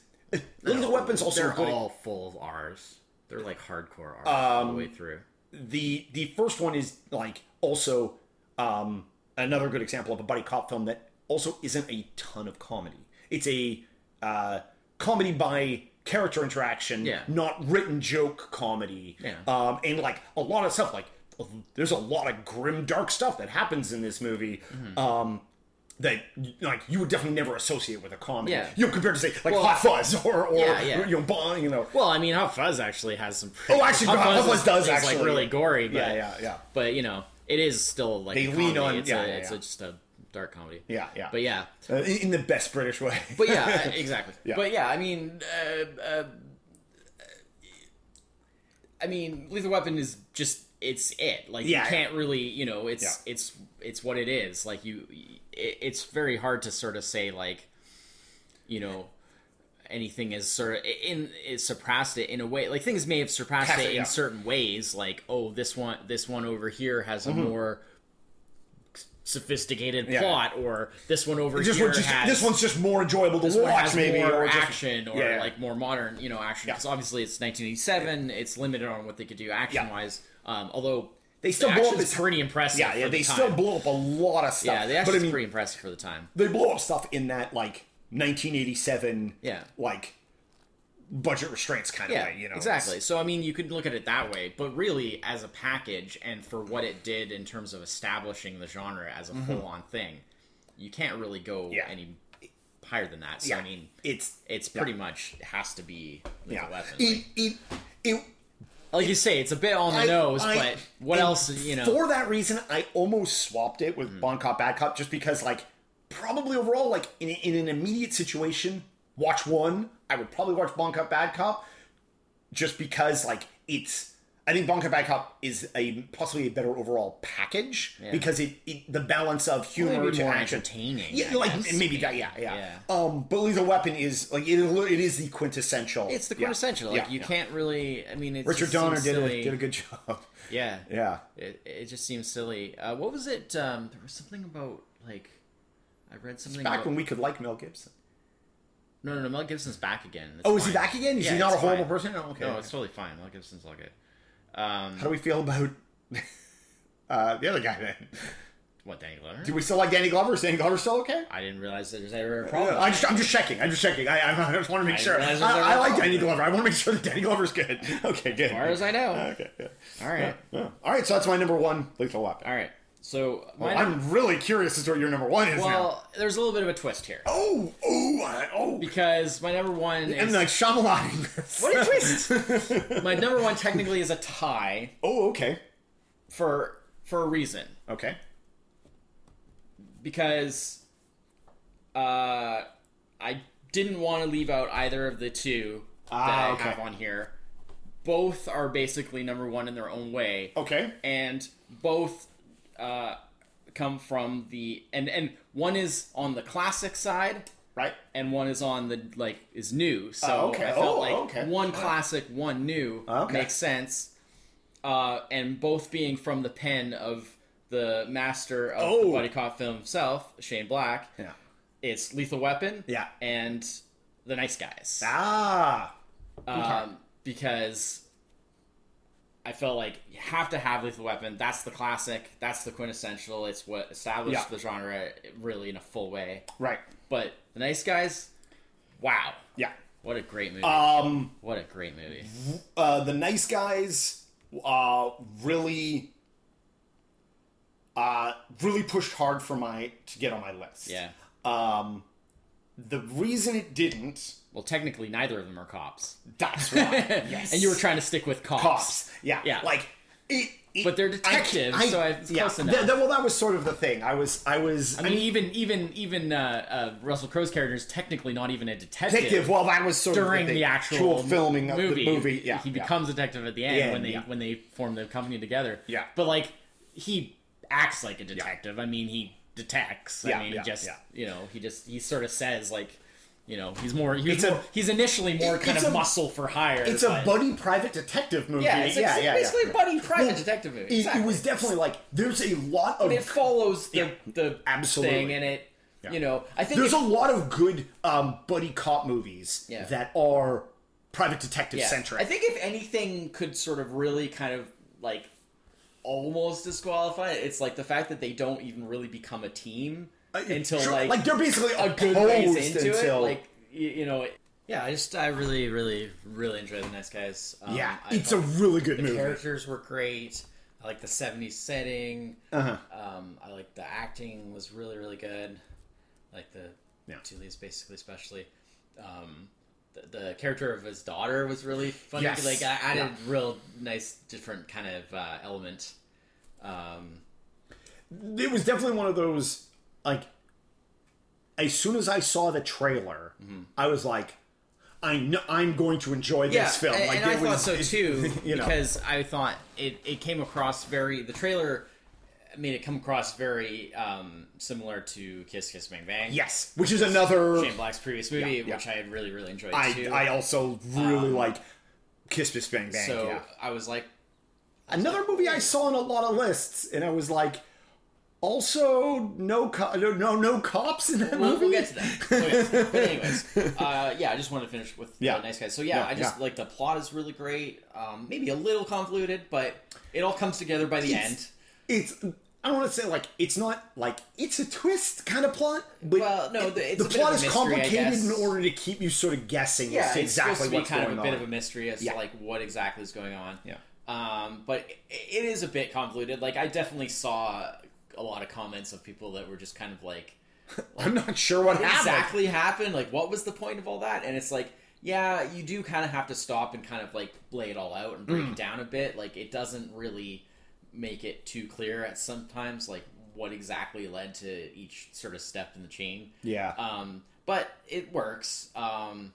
Speaker 1: Little Weapon's also a
Speaker 2: they're
Speaker 1: good
Speaker 2: all full of R's. They're like hardcore R's all the
Speaker 1: Um,
Speaker 2: way through.
Speaker 1: the the first one is like also um, another good example of a buddy cop film that also isn't a ton of comedy. It's a uh, comedy by character interaction,
Speaker 2: Yeah.
Speaker 1: not written joke comedy,
Speaker 2: Yeah.
Speaker 1: um, and like a lot of stuff. Like there's a lot of grim, dark stuff that happens in this movie.
Speaker 2: Mm-hmm.
Speaker 1: Um, that like you would definitely never associate with a comedy,
Speaker 2: Yeah.
Speaker 1: you know, compared to say like Hot Fuzz or or
Speaker 2: Yeah, yeah.
Speaker 1: you know, Bond, you know,
Speaker 2: Well, I mean, Hot Fuzz actually has some. Pretty,
Speaker 1: Oh, actually, Hot Fuzz does
Speaker 2: is,
Speaker 1: actually,
Speaker 2: like really
Speaker 1: yeah.
Speaker 2: gory. But,
Speaker 1: Yeah, yeah, yeah.
Speaker 2: But you know, it is still like
Speaker 1: They
Speaker 2: a
Speaker 1: lean
Speaker 2: comedy.
Speaker 1: on-
Speaker 2: It's,
Speaker 1: yeah,
Speaker 2: a,
Speaker 1: yeah,
Speaker 2: it's
Speaker 1: yeah.
Speaker 2: A, just a dark comedy.
Speaker 1: yeah, yeah,
Speaker 2: But yeah,
Speaker 1: Uh, in, in the best British way.
Speaker 2: but yeah, exactly.
Speaker 1: Yeah.
Speaker 2: But yeah, I mean, uh, uh, I mean, Lethal Weapon is just it's it. Like
Speaker 1: Yeah,
Speaker 2: you can't really, you know, it's
Speaker 1: Yeah.
Speaker 2: it's it's what it is. Like you, it, it's very hard to sort of say like, you know. Anything is sort of in it surpassed it in a way. Like things may have surpassed
Speaker 1: Pass
Speaker 2: it,
Speaker 1: it, yeah.
Speaker 2: in certain ways. Like oh, this one, this one over here has a more sophisticated
Speaker 1: Mm-hmm. Yeah.
Speaker 2: plot, or this one over
Speaker 1: This
Speaker 2: here
Speaker 1: one just
Speaker 2: has
Speaker 1: this one's just more enjoyable to
Speaker 2: one
Speaker 1: watch,
Speaker 2: has
Speaker 1: maybe
Speaker 2: more
Speaker 1: or just-
Speaker 2: action or
Speaker 1: yeah, yeah.
Speaker 2: like more modern, you know, action. Because obviously it's 1987, it's limited on what they could do action wise. Um, although
Speaker 1: They still
Speaker 2: the
Speaker 1: blow up
Speaker 2: action's
Speaker 1: this-
Speaker 2: pretty impressive.
Speaker 1: yeah, yeah.
Speaker 2: for
Speaker 1: They
Speaker 2: the time.
Speaker 1: still blow up a lot of stuff.
Speaker 2: yeah, the
Speaker 1: but I
Speaker 2: action's
Speaker 1: mean,
Speaker 2: pretty impressive for the time.
Speaker 1: they blow up stuff in that like 1987,
Speaker 2: Yeah.
Speaker 1: like budget restraints kind of
Speaker 2: Yeah,
Speaker 1: way, you know,
Speaker 2: exactly. So I mean, you could look at it that way, but really, as a package and for what it did in terms of establishing the genre as a full-on thing, you can't really go
Speaker 1: Mm-hmm. Yeah.
Speaker 2: any higher than that. So
Speaker 1: Yeah,
Speaker 2: I mean,
Speaker 1: it's
Speaker 2: it's pretty much has to be
Speaker 1: yeah,
Speaker 2: Lethal
Speaker 1: E
Speaker 2: Weapon.
Speaker 1: it,
Speaker 2: like-
Speaker 1: it it
Speaker 2: like you say, it's a bit on the
Speaker 1: I-
Speaker 2: nose,
Speaker 1: I-
Speaker 2: but what
Speaker 1: and
Speaker 2: else? You know,
Speaker 1: For that reason, I almost swapped it with Bon Cop Bad Cop just because, like, probably overall, like in, in an immediate situation, watch one. I would probably watch Bon Cop Bad Cop just because, like, it's. I think Bon Cop Bad Cop is a possibly a better overall package because it, it the balance of humor
Speaker 2: Maybe
Speaker 1: to
Speaker 2: more
Speaker 1: action.
Speaker 2: entertaining.
Speaker 1: Yeah,
Speaker 2: I
Speaker 1: like
Speaker 2: guess.
Speaker 1: maybe that. Yeah, yeah.
Speaker 2: Yeah.
Speaker 1: Um, but Lethal Weapon is like it, it is the quintessential.
Speaker 2: it's the
Speaker 1: yeah,
Speaker 2: quintessential. Like
Speaker 1: yeah,
Speaker 2: you
Speaker 1: yeah.
Speaker 2: can't really. I mean, it's
Speaker 1: Richard
Speaker 2: just
Speaker 1: Donner
Speaker 2: seems
Speaker 1: did a,
Speaker 2: silly.
Speaker 1: did a good job.
Speaker 2: Yeah,
Speaker 1: Yeah.
Speaker 2: It, it just seems silly. Uh, what was it? Um, there was something about like I read something
Speaker 1: Back
Speaker 2: about,
Speaker 1: when we could like Mel Gibson.
Speaker 2: No, no, no. Mel Gibson's back again. That's
Speaker 1: Oh, is he
Speaker 2: fine.
Speaker 1: back again? Is
Speaker 2: Yeah,
Speaker 1: he not a
Speaker 2: it's
Speaker 1: horrible
Speaker 2: fine.
Speaker 1: person? Oh, okay.
Speaker 2: No, it's totally fine. Mel Gibson's all good. Um,
Speaker 1: How do we feel about uh, the other guy then?
Speaker 2: what Danny Glover?
Speaker 1: Do we still like Danny Glover? Is Danny Glover still okay?
Speaker 2: I didn't realize that there's ever a problem.
Speaker 1: I just, I'm just checking. I'm just checking. I, I, I just want to make
Speaker 2: I
Speaker 1: sure. I,
Speaker 2: realize there's a
Speaker 1: I like
Speaker 2: problem.
Speaker 1: Danny Glover. I want to make sure that Danny Glover's good. Okay, good.
Speaker 2: as far as I know.
Speaker 1: Okay, good.
Speaker 2: All right,
Speaker 1: Yeah. All right, so that's my number one lethal weapon.
Speaker 2: all right. So my
Speaker 1: Well, Oh, I'm really curious as to what your number one is now.
Speaker 2: well, there's a little bit of a twist here
Speaker 1: Oh, oh, I- oh.
Speaker 2: because my number one
Speaker 1: I'm
Speaker 2: is
Speaker 1: like Shyamalaning this.
Speaker 2: what a twist. my number one technically is a tie
Speaker 1: Oh, okay.
Speaker 2: for for a reason.
Speaker 1: Okay.
Speaker 2: because uh, I didn't want to leave out either of the two that
Speaker 1: Ah,
Speaker 2: I
Speaker 1: okay.
Speaker 2: have on here. Both are basically number one in their own way,
Speaker 1: Okay.
Speaker 2: and both uh, come from the and and one is on the classic side,
Speaker 1: Right.
Speaker 2: and one is on the like is new. So
Speaker 1: Oh, okay.
Speaker 2: I felt
Speaker 1: Oh,
Speaker 2: like
Speaker 1: okay. Ah,
Speaker 2: one classic, one new
Speaker 1: Okay.
Speaker 2: makes sense. Uh, and both being from the pen of the master of the
Speaker 1: Oh.
Speaker 2: buddy cop film himself, Shane Black.
Speaker 1: Yeah.
Speaker 2: It's Lethal Weapon.
Speaker 1: Yeah.
Speaker 2: And The Nice Guys.
Speaker 1: Ah.
Speaker 2: Um, because I felt like you have to have Lethal Weapon. That's the classic. That's the quintessential. It's what established
Speaker 1: Yeah.
Speaker 2: the genre really in a full way.
Speaker 1: Right.
Speaker 2: But The Nice Guys, wow.
Speaker 1: Yeah.
Speaker 2: What a great movie.
Speaker 1: Um.
Speaker 2: what a great movie.
Speaker 1: uh, the nice guys uh, really uh, really pushed hard for my to get on my list.
Speaker 2: Yeah.
Speaker 1: Um, the reason it didn't.
Speaker 2: Well, technically, neither of them are cops.
Speaker 1: That's why. yes.
Speaker 2: And you were trying to stick with cops.
Speaker 1: cops. Yeah.
Speaker 2: Yeah.
Speaker 1: Like it. it-
Speaker 2: But they're
Speaker 1: I-
Speaker 2: detectives, so I- it's close enough.
Speaker 1: Th- th- well, that was sort of the thing. I was. I was.
Speaker 2: I mean, even even even uh, uh, Russell Crowe's character is technically not even a detective,
Speaker 1: detective. Well, that was sort
Speaker 2: during
Speaker 1: of the,
Speaker 2: the
Speaker 1: thing.
Speaker 2: actual
Speaker 1: filming of
Speaker 2: movie.
Speaker 1: the movie. Yeah.
Speaker 2: he
Speaker 1: yeah.
Speaker 2: becomes a detective at the end
Speaker 1: Yeah,
Speaker 2: when they
Speaker 1: yeah.
Speaker 2: when they form the company together.
Speaker 1: Yeah.
Speaker 2: but like he acts like a detective. I mean, he detects. I
Speaker 1: Yeah,
Speaker 2: mean,
Speaker 1: yeah,
Speaker 2: he just
Speaker 1: yeah.
Speaker 2: you know he just he sort of says like. You know, he's more. He's,
Speaker 1: It's a-
Speaker 2: more, he's initially more
Speaker 1: it-
Speaker 2: kind
Speaker 1: it's a-
Speaker 2: of muscle for hire.
Speaker 1: It's a
Speaker 2: but-
Speaker 1: buddy private detective movie.
Speaker 2: Yeah, it's
Speaker 1: yeah,
Speaker 2: like-
Speaker 1: yeah,
Speaker 2: basically
Speaker 1: yeah.
Speaker 2: a buddy private
Speaker 1: Well,
Speaker 2: detective movie.
Speaker 1: It-
Speaker 2: Exactly.
Speaker 1: It was definitely like there's a lot of
Speaker 2: it follows the the
Speaker 1: absolutely.
Speaker 2: thing, and it you know I think
Speaker 1: there's
Speaker 2: it-
Speaker 1: a lot of good um, buddy cop movies
Speaker 2: Yeah.
Speaker 1: that are private detective
Speaker 2: yeah.
Speaker 1: centric.
Speaker 2: I think if anything could sort of really kind of like almost disqualify it, it's like the fact that they don't even really become a team until
Speaker 1: Uh, Sure,
Speaker 2: like,
Speaker 1: they're basically
Speaker 2: a good ways
Speaker 1: opposed
Speaker 2: into
Speaker 1: until,
Speaker 2: it, like y- you know. yeah, I just I really really really enjoy the Nice Guys. Um,
Speaker 1: yeah,
Speaker 2: I
Speaker 1: it's a
Speaker 2: thought
Speaker 1: really good
Speaker 2: the
Speaker 1: movie.
Speaker 2: characters were great. I like the '70s setting.
Speaker 1: Uh-huh.
Speaker 2: Um, I like the acting was really really good. I like the
Speaker 1: Yeah.
Speaker 2: two leads basically, especially um, the, the character of his daughter was really funny.
Speaker 1: Yes.
Speaker 2: Like I added
Speaker 1: Yeah.
Speaker 2: real nice different kind of uh, element. Um,
Speaker 1: It was definitely one of those like as soon as I saw the trailer,
Speaker 2: Mm-hmm.
Speaker 1: I was like, I know I'm going to enjoy this film.
Speaker 2: and,
Speaker 1: like
Speaker 2: and I
Speaker 1: it
Speaker 2: thought
Speaker 1: was,
Speaker 2: so
Speaker 1: it-
Speaker 2: too
Speaker 1: you know.
Speaker 2: because I thought it, it came across very the trailer made it come across very um, similar to Kiss Kiss Bang Bang.
Speaker 1: Yes, which is another
Speaker 2: Shane Black's previous movie,
Speaker 1: yeah.
Speaker 2: which I had really, really enjoyed
Speaker 1: I,
Speaker 2: too. Um,
Speaker 1: I also really like Kiss Kiss Bang Bang.
Speaker 2: so
Speaker 1: yeah.
Speaker 2: I was like,
Speaker 1: Another movie I saw on a lot of lists, and I was like, also no co- no no, no cops in that
Speaker 2: we'll,
Speaker 1: movie.
Speaker 2: we'll get to that. We'll get to that. But anyways, uh, yeah, I just wanted to finish with
Speaker 1: Yeah.
Speaker 2: the nice guys. So yeah,
Speaker 1: Yeah,
Speaker 2: I just
Speaker 1: yeah.
Speaker 2: like the plot is really great. Um, maybe a little convoluted, but it all comes together by the
Speaker 1: It's-
Speaker 2: end.
Speaker 1: It's I don't want to say like it's not like it's a twist kind of plot, but
Speaker 2: Well, no, the- it's
Speaker 1: the
Speaker 2: a bit
Speaker 1: plot
Speaker 2: of a
Speaker 1: is
Speaker 2: mystery, I
Speaker 1: complicated in
Speaker 2: guess.
Speaker 1: order to keep you sort of guessing
Speaker 2: Yeah,
Speaker 1: as to
Speaker 2: it's
Speaker 1: exactly
Speaker 2: supposed to be
Speaker 1: what's
Speaker 2: kind
Speaker 1: going
Speaker 2: of a bit
Speaker 1: on.
Speaker 2: of a mystery as
Speaker 1: Yeah.
Speaker 2: to like what exactly is going on.
Speaker 1: Yeah.
Speaker 2: Um, but it, it is a bit convoluted. Like I definitely saw a lot of comments of people that were just kind of like.
Speaker 1: I'm not sure what happened.
Speaker 2: exactly happened? Like, what was the point of all that? And it's like, yeah, you do kind of have to stop and kind of like lay it all out
Speaker 1: Mm.
Speaker 2: and break it down a bit. Like it doesn't really make it too clear at sometimes like what exactly led to each sort of step in the chain.
Speaker 1: Yeah.
Speaker 2: Um, but it works. Um,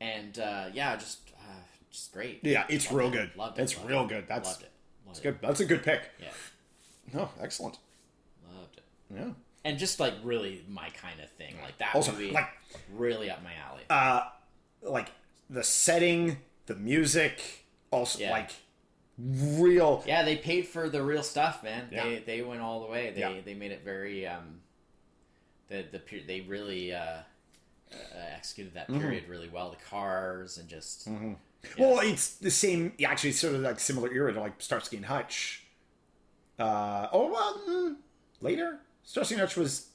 Speaker 2: and uh, yeah, just uh, just great.
Speaker 1: yeah, it's
Speaker 2: Loved
Speaker 1: real
Speaker 2: it,
Speaker 1: good.
Speaker 2: Loved it.
Speaker 1: It's
Speaker 2: loved
Speaker 1: real
Speaker 2: it,
Speaker 1: good. That's
Speaker 2: loved it. Loved
Speaker 1: That's good. That's a good pick.
Speaker 2: Yeah,
Speaker 1: No, excellent.
Speaker 2: loved it.
Speaker 1: Yeah.
Speaker 2: And just like really my kind of thing. Like that
Speaker 1: Also,
Speaker 2: movie,
Speaker 1: like-
Speaker 2: really up my alley.
Speaker 1: uh, Like the setting, the music, also
Speaker 2: Yeah.
Speaker 1: like real.
Speaker 2: Yeah, they paid for the real stuff, man.
Speaker 1: Yeah.
Speaker 2: They they went all the way. They
Speaker 1: Yeah.
Speaker 2: they made it very um the the per- they really uh, uh executed that
Speaker 1: Mm-hmm.
Speaker 2: period really well. The cars and just
Speaker 1: Mm. Well, it's the same. yeah, Actually, it's sort of like similar era to like Starsky and Hutch. Uh, oh well, mm, later Starsky and Hutch was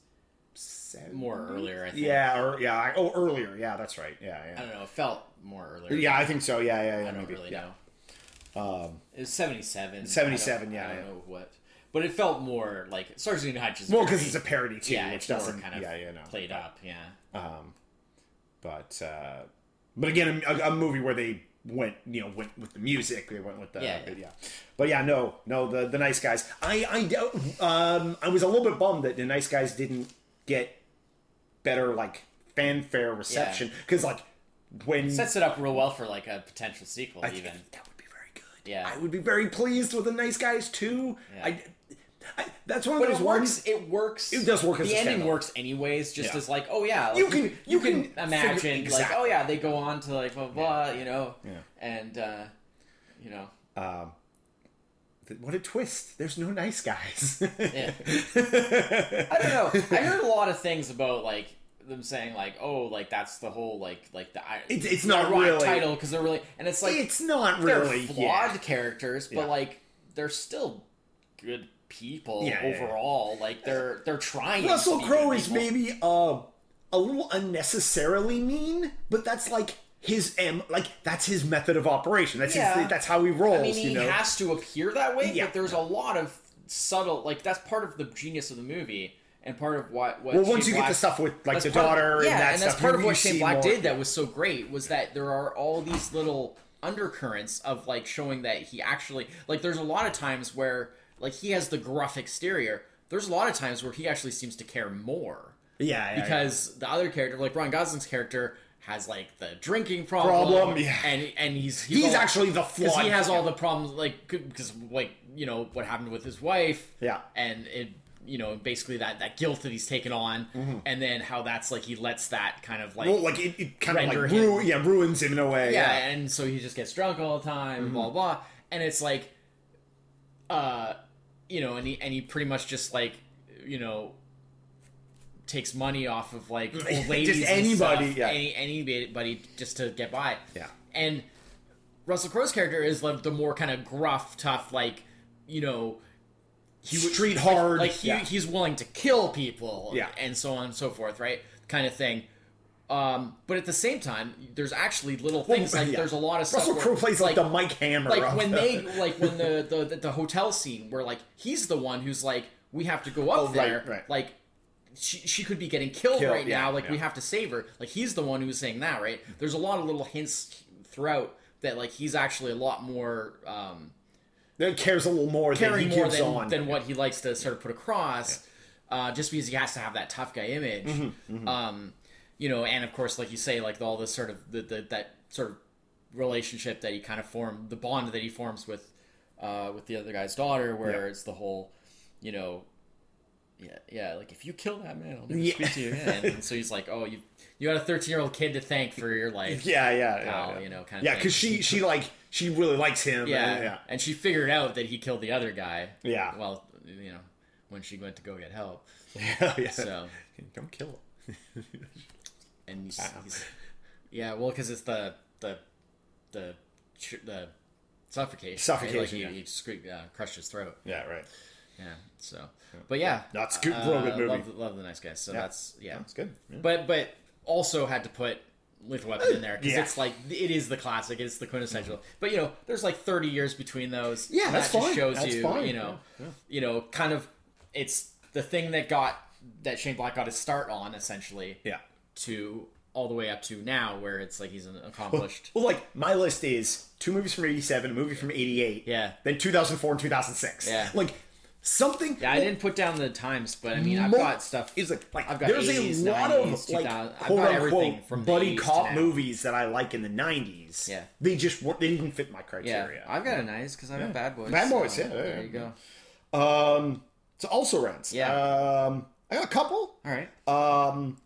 Speaker 1: seven.
Speaker 2: more earlier. I think.
Speaker 1: Yeah, or yeah. I- Oh, earlier. Yeah, that's right. Yeah,
Speaker 2: I
Speaker 1: yeah.
Speaker 2: don't know. It felt more earlier.
Speaker 1: Yeah, I think so. Yeah, yeah, yeah.
Speaker 2: I don't
Speaker 1: maybe.
Speaker 2: really
Speaker 1: yeah.
Speaker 2: know. Um, it was seventy seven.
Speaker 1: 77, yeah,
Speaker 2: I don't
Speaker 1: yeah.
Speaker 2: know what, but it felt more like Starsky and Hutch is
Speaker 1: Well,
Speaker 2: very-
Speaker 1: because it's a parody too,
Speaker 2: yeah,
Speaker 1: which
Speaker 2: it's
Speaker 1: doesn't
Speaker 2: more kind of
Speaker 1: yeah, yeah, no.
Speaker 2: played up. Yeah,
Speaker 1: Um, But uh, but again, a, a movie where they went you know went with the music, they went with the
Speaker 2: Yeah,
Speaker 1: yeah,
Speaker 2: yeah.
Speaker 1: but yeah. no, no, the the nice guys. I I don't- um I was a little bit bummed that the nice guys didn't get better like fanfare reception because like when
Speaker 2: sets it up real well for like a potential sequel.
Speaker 1: I
Speaker 2: even
Speaker 1: think That would be very good.
Speaker 2: Yeah.
Speaker 1: I would be very pleased with the nice guys too.
Speaker 2: Yeah.
Speaker 1: I, I that's one of
Speaker 2: But
Speaker 1: those
Speaker 2: it
Speaker 1: ones.
Speaker 2: works. It works.
Speaker 1: It does work as
Speaker 2: the
Speaker 1: a
Speaker 2: ending
Speaker 1: standalone.
Speaker 2: works anyways. Just
Speaker 1: Yeah.
Speaker 2: as like, oh yeah, like,
Speaker 1: You can- you can
Speaker 2: imagine
Speaker 1: figure-
Speaker 2: like, oh
Speaker 1: exactly.
Speaker 2: yeah, they go on to like blah blah, you know,
Speaker 1: Yeah.
Speaker 2: and uh, you know,
Speaker 1: Th- What a twist! There's no nice guys.
Speaker 2: yeah. I don't know. I heard a lot of things about like them saying like, oh, like that's the whole like like the I-
Speaker 1: It's- it's
Speaker 2: the
Speaker 1: not
Speaker 2: ironic
Speaker 1: really-
Speaker 2: title because they're really and it's like
Speaker 1: it's not
Speaker 2: they're
Speaker 1: really
Speaker 2: flawed
Speaker 1: yeah.
Speaker 2: characters, but
Speaker 1: Yeah.
Speaker 2: like they're still good people
Speaker 1: Yeah, yeah, yeah.
Speaker 2: overall. Like they're they're trying.
Speaker 1: Russell
Speaker 2: to be
Speaker 1: Crowe
Speaker 2: good
Speaker 1: is
Speaker 2: people.
Speaker 1: maybe uh, a little unnecessarily mean, but that's like his m like that's his method of operation. That's
Speaker 2: Yeah.
Speaker 1: his, that's how he rolls.
Speaker 2: I mean, he
Speaker 1: you know,
Speaker 2: has to appear that way,
Speaker 1: Yeah.
Speaker 2: but there's a lot of subtle, like that's part of the genius of the movie, and part of what. what
Speaker 1: well, once you get
Speaker 2: Shane
Speaker 1: the
Speaker 2: Black-
Speaker 1: stuff with like
Speaker 2: that's
Speaker 1: the
Speaker 2: part of-
Speaker 1: daughter
Speaker 2: yeah,
Speaker 1: and that
Speaker 2: and
Speaker 1: stuff,
Speaker 2: that's part of
Speaker 1: you
Speaker 2: what Shane
Speaker 1: see
Speaker 2: Black
Speaker 1: more-
Speaker 2: did that was so great was that there are all these little undercurrents of like showing that he actually like there's a lot of times where like he has the gruff exterior. There's a lot of times where he actually seems to care more
Speaker 1: yeah, yeah, yeah.
Speaker 2: because the other character, like Ron Gosling's character, has like the drinking problem,
Speaker 1: Problem, yeah.
Speaker 2: and and he's
Speaker 1: he's
Speaker 2: all-
Speaker 1: actually the
Speaker 2: because
Speaker 1: flawed.
Speaker 2: he has all the problems like because like you know what happened with his wife
Speaker 1: Yeah.
Speaker 2: and it you know basically that that guilt that he's taken on and then how that's like he lets that kind of like
Speaker 1: Mm-hmm. well, like it, it kind of like
Speaker 2: Render
Speaker 1: ru- yeah ruins him in a way.
Speaker 2: yeah,
Speaker 1: Yeah, Mm-hmm.
Speaker 2: and so he just gets drunk all the time blah blah and it's like uh you know and he and he pretty much just like you know takes money off of like old
Speaker 1: Just
Speaker 2: ladies and
Speaker 1: anybody,
Speaker 2: stuff,
Speaker 1: yeah.
Speaker 2: any anybody just to get by
Speaker 1: Yeah.
Speaker 2: and Russell Crowe's character is like the more kind of gruff, tough, like you know, he would-
Speaker 1: Street
Speaker 2: like-
Speaker 1: hard,
Speaker 2: Like he,
Speaker 1: yeah.
Speaker 2: he's willing to kill people,
Speaker 1: Yeah.
Speaker 2: and so on and so forth, right? Kind of thing. Um, but at the same time, there's actually little things like
Speaker 1: yeah.
Speaker 2: there's a lot of stuff.
Speaker 1: Russell
Speaker 2: where,
Speaker 1: Crowe plays like, the Mike Hammer.
Speaker 2: like
Speaker 1: of
Speaker 2: when
Speaker 1: the-
Speaker 2: they like when the, the the- the hotel scene where like he's the one who's like we have to go up
Speaker 1: Oh, right,
Speaker 2: there
Speaker 1: right.
Speaker 2: like she, she could be getting killed,
Speaker 1: Killed,
Speaker 2: right
Speaker 1: yeah,
Speaker 2: now like we
Speaker 1: yeah.
Speaker 2: have to save her like he's the one who's saying that right there's a lot of little hints throughout that like he's actually a lot more um
Speaker 1: that cares a little more than he
Speaker 2: caring more
Speaker 1: gives
Speaker 2: than,
Speaker 1: on.
Speaker 2: than what he likes to sort of put across uh just because he has to have that tough guy image
Speaker 1: Mm-hmm,
Speaker 2: um you know and of course like you say like all this sort of the, the that sort of relationship that he kind of formed the bond that he forms with uh with the other guy's daughter where
Speaker 1: Yeah.
Speaker 2: it's the whole you know yeah yeah like if you kill that man i'll never
Speaker 1: Yeah.
Speaker 2: speak to you again and so he's like oh you you had a 13 year old kid to thank for your life
Speaker 1: yeah, yeah, yeah,
Speaker 2: pal,
Speaker 1: yeah.
Speaker 2: Oh, you know, kinda
Speaker 1: yeah,
Speaker 2: thing.
Speaker 1: because she she like she really likes him.
Speaker 2: yeah.
Speaker 1: and, yeah.
Speaker 2: And she figured out that he killed the other guy.
Speaker 1: Yeah.
Speaker 2: Well, you know, when she went to go get help.
Speaker 1: yeah.
Speaker 2: So,
Speaker 1: Don't kill him.
Speaker 2: and he's, he's yeah, well, because it's the the the ch- the suffocation. right?
Speaker 1: Suffocation,
Speaker 2: Like he,
Speaker 1: yeah.
Speaker 2: he scree- uh, crushed his throat.
Speaker 1: Yeah, right.
Speaker 2: Yeah. So, but yeah,
Speaker 1: That's good-
Speaker 2: Uh,
Speaker 1: real good movie.
Speaker 2: Love, love the nice guy. So that's yeah.
Speaker 1: That's good. Yeah.
Speaker 2: But but also had to put Lethal Weapon in there because
Speaker 1: Yeah.
Speaker 2: it's like it is the classic, it's the quintessential. But you know, there's like 30 years between those.
Speaker 1: Yeah,
Speaker 2: and
Speaker 1: that's
Speaker 2: that just
Speaker 1: fine.
Speaker 2: shows
Speaker 1: That's
Speaker 2: you,
Speaker 1: fine.
Speaker 2: you know, you know, kind of it's the thing that got that Shane Black got his start on essentially
Speaker 1: Yeah.
Speaker 2: to all the way up to now, where it's like he's an accomplished.
Speaker 1: Well, like my list is two movies from '87, a movie from '88,
Speaker 2: Yeah.
Speaker 1: then 2004 and 2006.
Speaker 2: Yeah.
Speaker 1: like something.
Speaker 2: Yeah, I didn't put down the times, but I mean, I've
Speaker 1: Mo-
Speaker 2: got stuff.
Speaker 1: Is like, like
Speaker 2: I've got
Speaker 1: there's
Speaker 2: 80s,
Speaker 1: a lot
Speaker 2: 90s,
Speaker 1: of like
Speaker 2: 2000 I've
Speaker 1: quote
Speaker 2: got everything
Speaker 1: unquote
Speaker 2: from the
Speaker 1: buddy
Speaker 2: 80s to
Speaker 1: cop
Speaker 2: now.
Speaker 1: movies that I like in the '90s.
Speaker 2: Yeah.
Speaker 1: they just weren't, they didn't fit my
Speaker 2: yeah,
Speaker 1: criteria.
Speaker 2: I've got a nice because I'm a bad boy.
Speaker 1: Bad Boys,
Speaker 2: so
Speaker 1: yeah, yeah,
Speaker 2: there
Speaker 1: yeah.
Speaker 2: you go.
Speaker 1: um, so also rents.
Speaker 2: Yeah.
Speaker 1: um, I got a couple.
Speaker 2: All right,
Speaker 1: Um,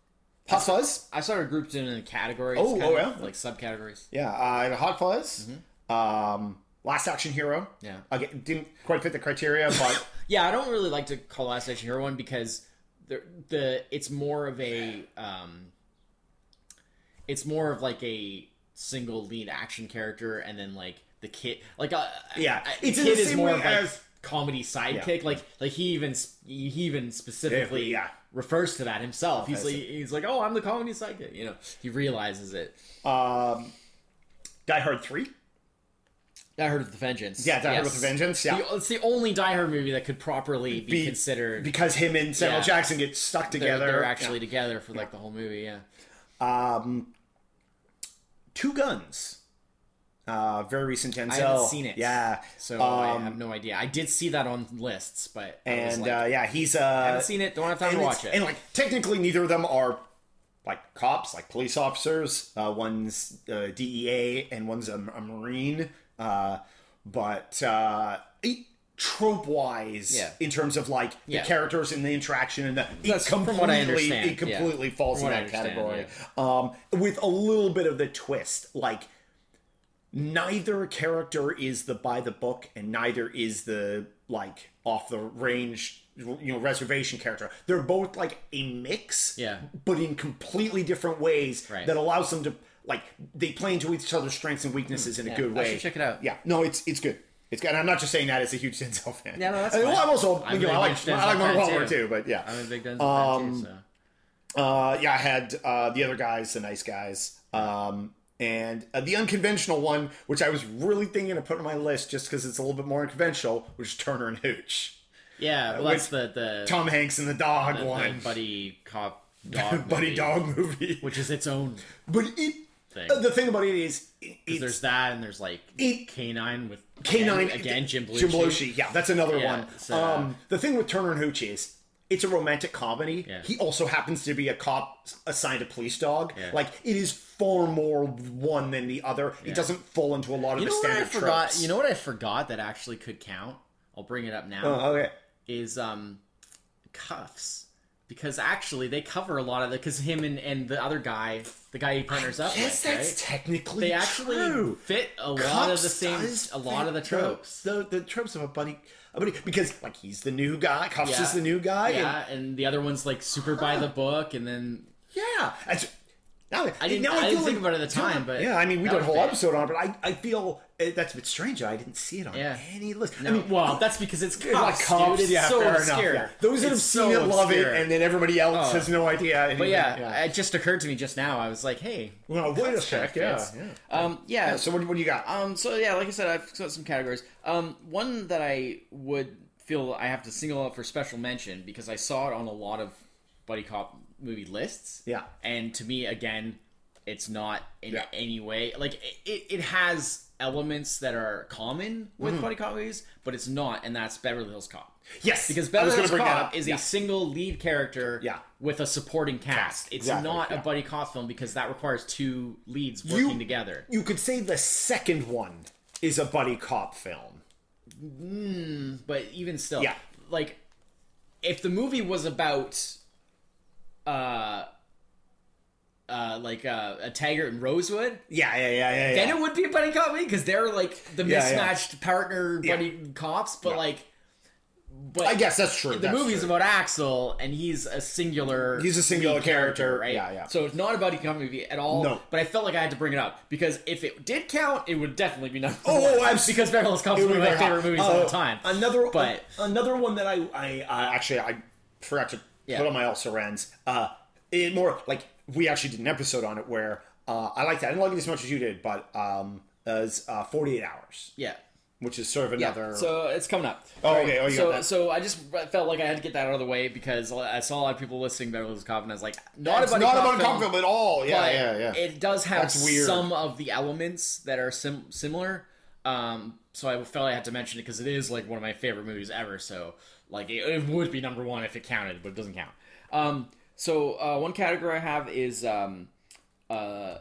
Speaker 1: Hot Fuzz.
Speaker 2: I started grouped in in categories.
Speaker 1: Oh,
Speaker 2: kind
Speaker 1: oh,
Speaker 2: of,
Speaker 1: yeah.
Speaker 2: like subcategories.
Speaker 1: Yeah, I got Hot Fuzz. Um, Last Action Hero.
Speaker 2: Mm-hmm. Yeah.
Speaker 1: Again, didn't quite fit the criteria, but
Speaker 2: Yeah, I don't really like to call Last Action Hero one because the the it's more of a um, it's more of like a single lead action character, and then like the kid, like uh,
Speaker 1: Yeah,
Speaker 2: uh,
Speaker 1: it's in
Speaker 2: kid
Speaker 1: the
Speaker 2: is
Speaker 1: same
Speaker 2: more
Speaker 1: way
Speaker 2: of like
Speaker 1: as-
Speaker 2: comedy sidekick. Like like he even s- he even specifically
Speaker 1: Yeah, yeah.
Speaker 2: refers to that himself. He's
Speaker 1: That's
Speaker 2: like
Speaker 1: it.
Speaker 2: he's like oh I'm the comedy sidekick. You know he realizes it.
Speaker 1: um, Die Hard Three.
Speaker 2: Die Hard with a Vengeance.
Speaker 1: Yeah, Die Hard
Speaker 2: Yes.
Speaker 1: with a Vengeance. Yeah,
Speaker 2: The- it's the only Die Hard movie that could properly be,
Speaker 1: Be-
Speaker 2: considered.
Speaker 1: because him and Samuel
Speaker 2: Yeah.
Speaker 1: Jackson get stuck
Speaker 2: they're,
Speaker 1: together.
Speaker 2: they're actually together for like the whole movie. Yeah.
Speaker 1: um, Two Guns. Uh, very recent Denzel.
Speaker 2: haven't seen it.
Speaker 1: Yeah.
Speaker 2: So I
Speaker 1: um,
Speaker 2: have no idea. I did see that on lists, but I was
Speaker 1: and
Speaker 2: like,
Speaker 1: uh, yeah, he's uh,
Speaker 2: I haven't seen it. Don't have time
Speaker 1: and
Speaker 2: to
Speaker 1: it's-
Speaker 2: watch it.
Speaker 1: And like technically, neither of them are like cops, like police officers. Uh, one's uh, DEA and one's a, a Marine. Uh, but uh, trope wise,
Speaker 2: Yeah.
Speaker 1: in terms of like the
Speaker 2: Yeah.
Speaker 1: characters and the interaction and the
Speaker 2: That's
Speaker 1: it
Speaker 2: from
Speaker 1: completely,
Speaker 2: what I understand,
Speaker 1: it completely falls
Speaker 2: From
Speaker 1: in
Speaker 2: what I
Speaker 1: that
Speaker 2: understand,
Speaker 1: category. Um, with a little bit of the twist, like. Neither character is the by the book, and neither is the like off the range, you know, reservation character. They're both like a mix,
Speaker 2: Yeah.
Speaker 1: but in completely different ways
Speaker 2: Right.
Speaker 1: that allows them to like they play into each other's strengths and weaknesses in a good
Speaker 2: I
Speaker 1: way.
Speaker 2: should check it out.
Speaker 1: Yeah, no, it's it's good. It's good. And I'm not just saying that as a huge Denzel fan.
Speaker 2: Yeah, no, that's
Speaker 1: I mean, well,
Speaker 2: fine.
Speaker 1: I'm also
Speaker 2: I'm
Speaker 1: you know,
Speaker 2: a
Speaker 1: I
Speaker 2: huge
Speaker 1: like
Speaker 2: Denzel
Speaker 1: I like
Speaker 2: fan,
Speaker 1: Mark Wahlberg
Speaker 2: too.
Speaker 1: too, but yeah,
Speaker 2: I'm a big Denzel fan
Speaker 1: um,
Speaker 2: too. So
Speaker 1: uh, yeah, I had uh, the other guys, the nice guys, um, and uh, the unconventional one, which I was really thinking of putting on my list just because it's a little bit more unconventional, which is Turner and Hooch.
Speaker 2: yeah, well, that's the the,
Speaker 1: uh, Tom Hanks and the dog
Speaker 2: the
Speaker 1: one,
Speaker 2: buddy cop dog
Speaker 1: buddy
Speaker 2: movie,
Speaker 1: dog movie.
Speaker 2: which is its own.
Speaker 1: but it,
Speaker 2: Thing.
Speaker 1: uh, the thing about it is, it, it's
Speaker 2: There's that, and there's like
Speaker 1: It-
Speaker 2: canine with
Speaker 1: canine
Speaker 2: again, again Jim Belushi.
Speaker 1: Yeah, that's another
Speaker 2: Yeah,
Speaker 1: one.
Speaker 2: so- uh,
Speaker 1: um, the thing with Turner and Hooch is it's a romantic comedy.
Speaker 2: Yeah.
Speaker 1: He also happens to be a cop assigned a police dog.
Speaker 2: Yeah.
Speaker 1: Like it is far more one than the other. It doesn't fall into a lot of
Speaker 2: You
Speaker 1: the
Speaker 2: know what I
Speaker 1: standard
Speaker 2: forgot?
Speaker 1: tropes.
Speaker 2: You know what I forgot that actually could count. I'll bring it up now.
Speaker 1: Oh, okay.
Speaker 2: is um cuffs because actually they cover a lot of the because him and, and the other guy the guy he partners up
Speaker 1: Yes,
Speaker 2: with
Speaker 1: that's
Speaker 2: right?
Speaker 1: technically
Speaker 2: they actually
Speaker 1: true.
Speaker 2: fit a lot of
Speaker 1: Cops
Speaker 2: the same
Speaker 1: does
Speaker 2: a lot of the
Speaker 1: fit
Speaker 2: tropes
Speaker 1: The, the tropes of a buddy, a buddy, because like he's the new guy. Cops
Speaker 2: Yeah.
Speaker 1: is the new guy. and-
Speaker 2: yeah and the other one's like super by the book and then
Speaker 1: Yeah. That's, now,
Speaker 2: I didn't-
Speaker 1: now
Speaker 2: I didn't
Speaker 1: feel
Speaker 2: think
Speaker 1: like-
Speaker 2: about it at the time, but
Speaker 1: yeah, I mean, we
Speaker 2: that
Speaker 1: did a
Speaker 2: would
Speaker 1: whole
Speaker 2: fit.
Speaker 1: episode on it, but I, I feel eh, that's a bit strange. I didn't see it on
Speaker 2: Yeah.
Speaker 1: any list.
Speaker 2: no,
Speaker 1: I mean, oh,
Speaker 2: well that's because it's cuffs,
Speaker 1: like cops,
Speaker 2: dude. It's
Speaker 1: yeah,
Speaker 2: so
Speaker 1: fair
Speaker 2: obscure.
Speaker 1: enough. yeah. Those that have
Speaker 2: It's
Speaker 1: seen
Speaker 2: so
Speaker 1: it love it,
Speaker 2: obscure.
Speaker 1: and then everybody else has no idea.
Speaker 2: but yeah, it just occurred to me just now I was like hey
Speaker 1: well, wait a
Speaker 2: cuffs kinda
Speaker 1: sec. Yeah,
Speaker 2: fits.
Speaker 1: yeah.
Speaker 2: um yeah
Speaker 1: So what, what do you got?
Speaker 2: Um, so yeah, like I said, I've got some categories. Um, one that I would feel I have to single out for special mention because I saw it on a lot of buddy cop movie lists.
Speaker 1: Yeah.
Speaker 2: and to me, again, it's not in
Speaker 1: Yeah.
Speaker 2: any way like it, it. It has elements that are common with buddy cop movies, but it's not, and that's Beverly Hills Cop.
Speaker 1: Yes,
Speaker 2: Because
Speaker 1: Mm-hmm. I was
Speaker 2: Beverly
Speaker 1: gonna
Speaker 2: Hills
Speaker 1: bring that
Speaker 2: Cop
Speaker 1: up.
Speaker 2: is
Speaker 1: yeah.
Speaker 2: a single lead character
Speaker 1: Yeah.
Speaker 2: with a supporting cast. It's
Speaker 1: exactly,
Speaker 2: not
Speaker 1: yeah.
Speaker 2: a buddy cop film because that requires two leads working together.
Speaker 1: You could say the second one is a buddy cop film.
Speaker 2: but even still,
Speaker 1: Yeah.
Speaker 2: like if the movie was about uh uh like uh, a Taggart and Rosewood,
Speaker 1: Yeah, yeah, yeah, yeah.
Speaker 2: then
Speaker 1: yeah.
Speaker 2: it would be a buddy cop movie because they're like the
Speaker 1: Yeah, yeah.
Speaker 2: mismatched partner buddy cops, but like but
Speaker 1: I guess that's true.
Speaker 2: the movie's about Axel and he's a singular
Speaker 1: He's a singular
Speaker 2: lead character,
Speaker 1: character,
Speaker 2: right?
Speaker 1: yeah, yeah.
Speaker 2: So it's not a buddy cop movie at all.
Speaker 1: No.
Speaker 2: But I felt like I had to bring it up because if it did count, it would definitely be number
Speaker 1: Oh,
Speaker 2: one.
Speaker 1: oh, abs-
Speaker 2: because Beverly Hills Cop is
Speaker 1: It
Speaker 2: one
Speaker 1: would
Speaker 2: of
Speaker 1: be
Speaker 2: my
Speaker 1: very
Speaker 2: favorite
Speaker 1: hot.
Speaker 2: movies of
Speaker 1: Oh,
Speaker 2: all time.
Speaker 1: Another,
Speaker 2: but
Speaker 1: another one that I, I, I actually I forgot to
Speaker 2: Yeah.
Speaker 1: put on my also rans. Uh, it more like we actually did an episode on it where uh, I liked that. I didn't like it as much as you did, but um, as uh, Forty Eight Hours.
Speaker 2: yeah,
Speaker 1: which is sort of another.
Speaker 2: Yeah, so it's coming up.
Speaker 1: Oh,
Speaker 2: Alright,
Speaker 1: okay, oh, you got
Speaker 2: so,
Speaker 1: that.
Speaker 2: so I just felt like I had to get that out of the way because I saw a lot of people listing Beverly Hills Cop, and I was like, not
Speaker 1: it's
Speaker 2: about
Speaker 1: not
Speaker 2: a
Speaker 1: about
Speaker 2: cop film,
Speaker 1: Copfield at all. Yeah,
Speaker 2: but
Speaker 1: yeah, yeah.
Speaker 2: It does have
Speaker 1: That's weird.
Speaker 2: some of the elements that are sim- similar. Um, so I felt I had to mention it because it is like one of my favorite movies ever. So like it, it would be number one if it counted, but it doesn't count. Um, so uh, one category I have is um, uh,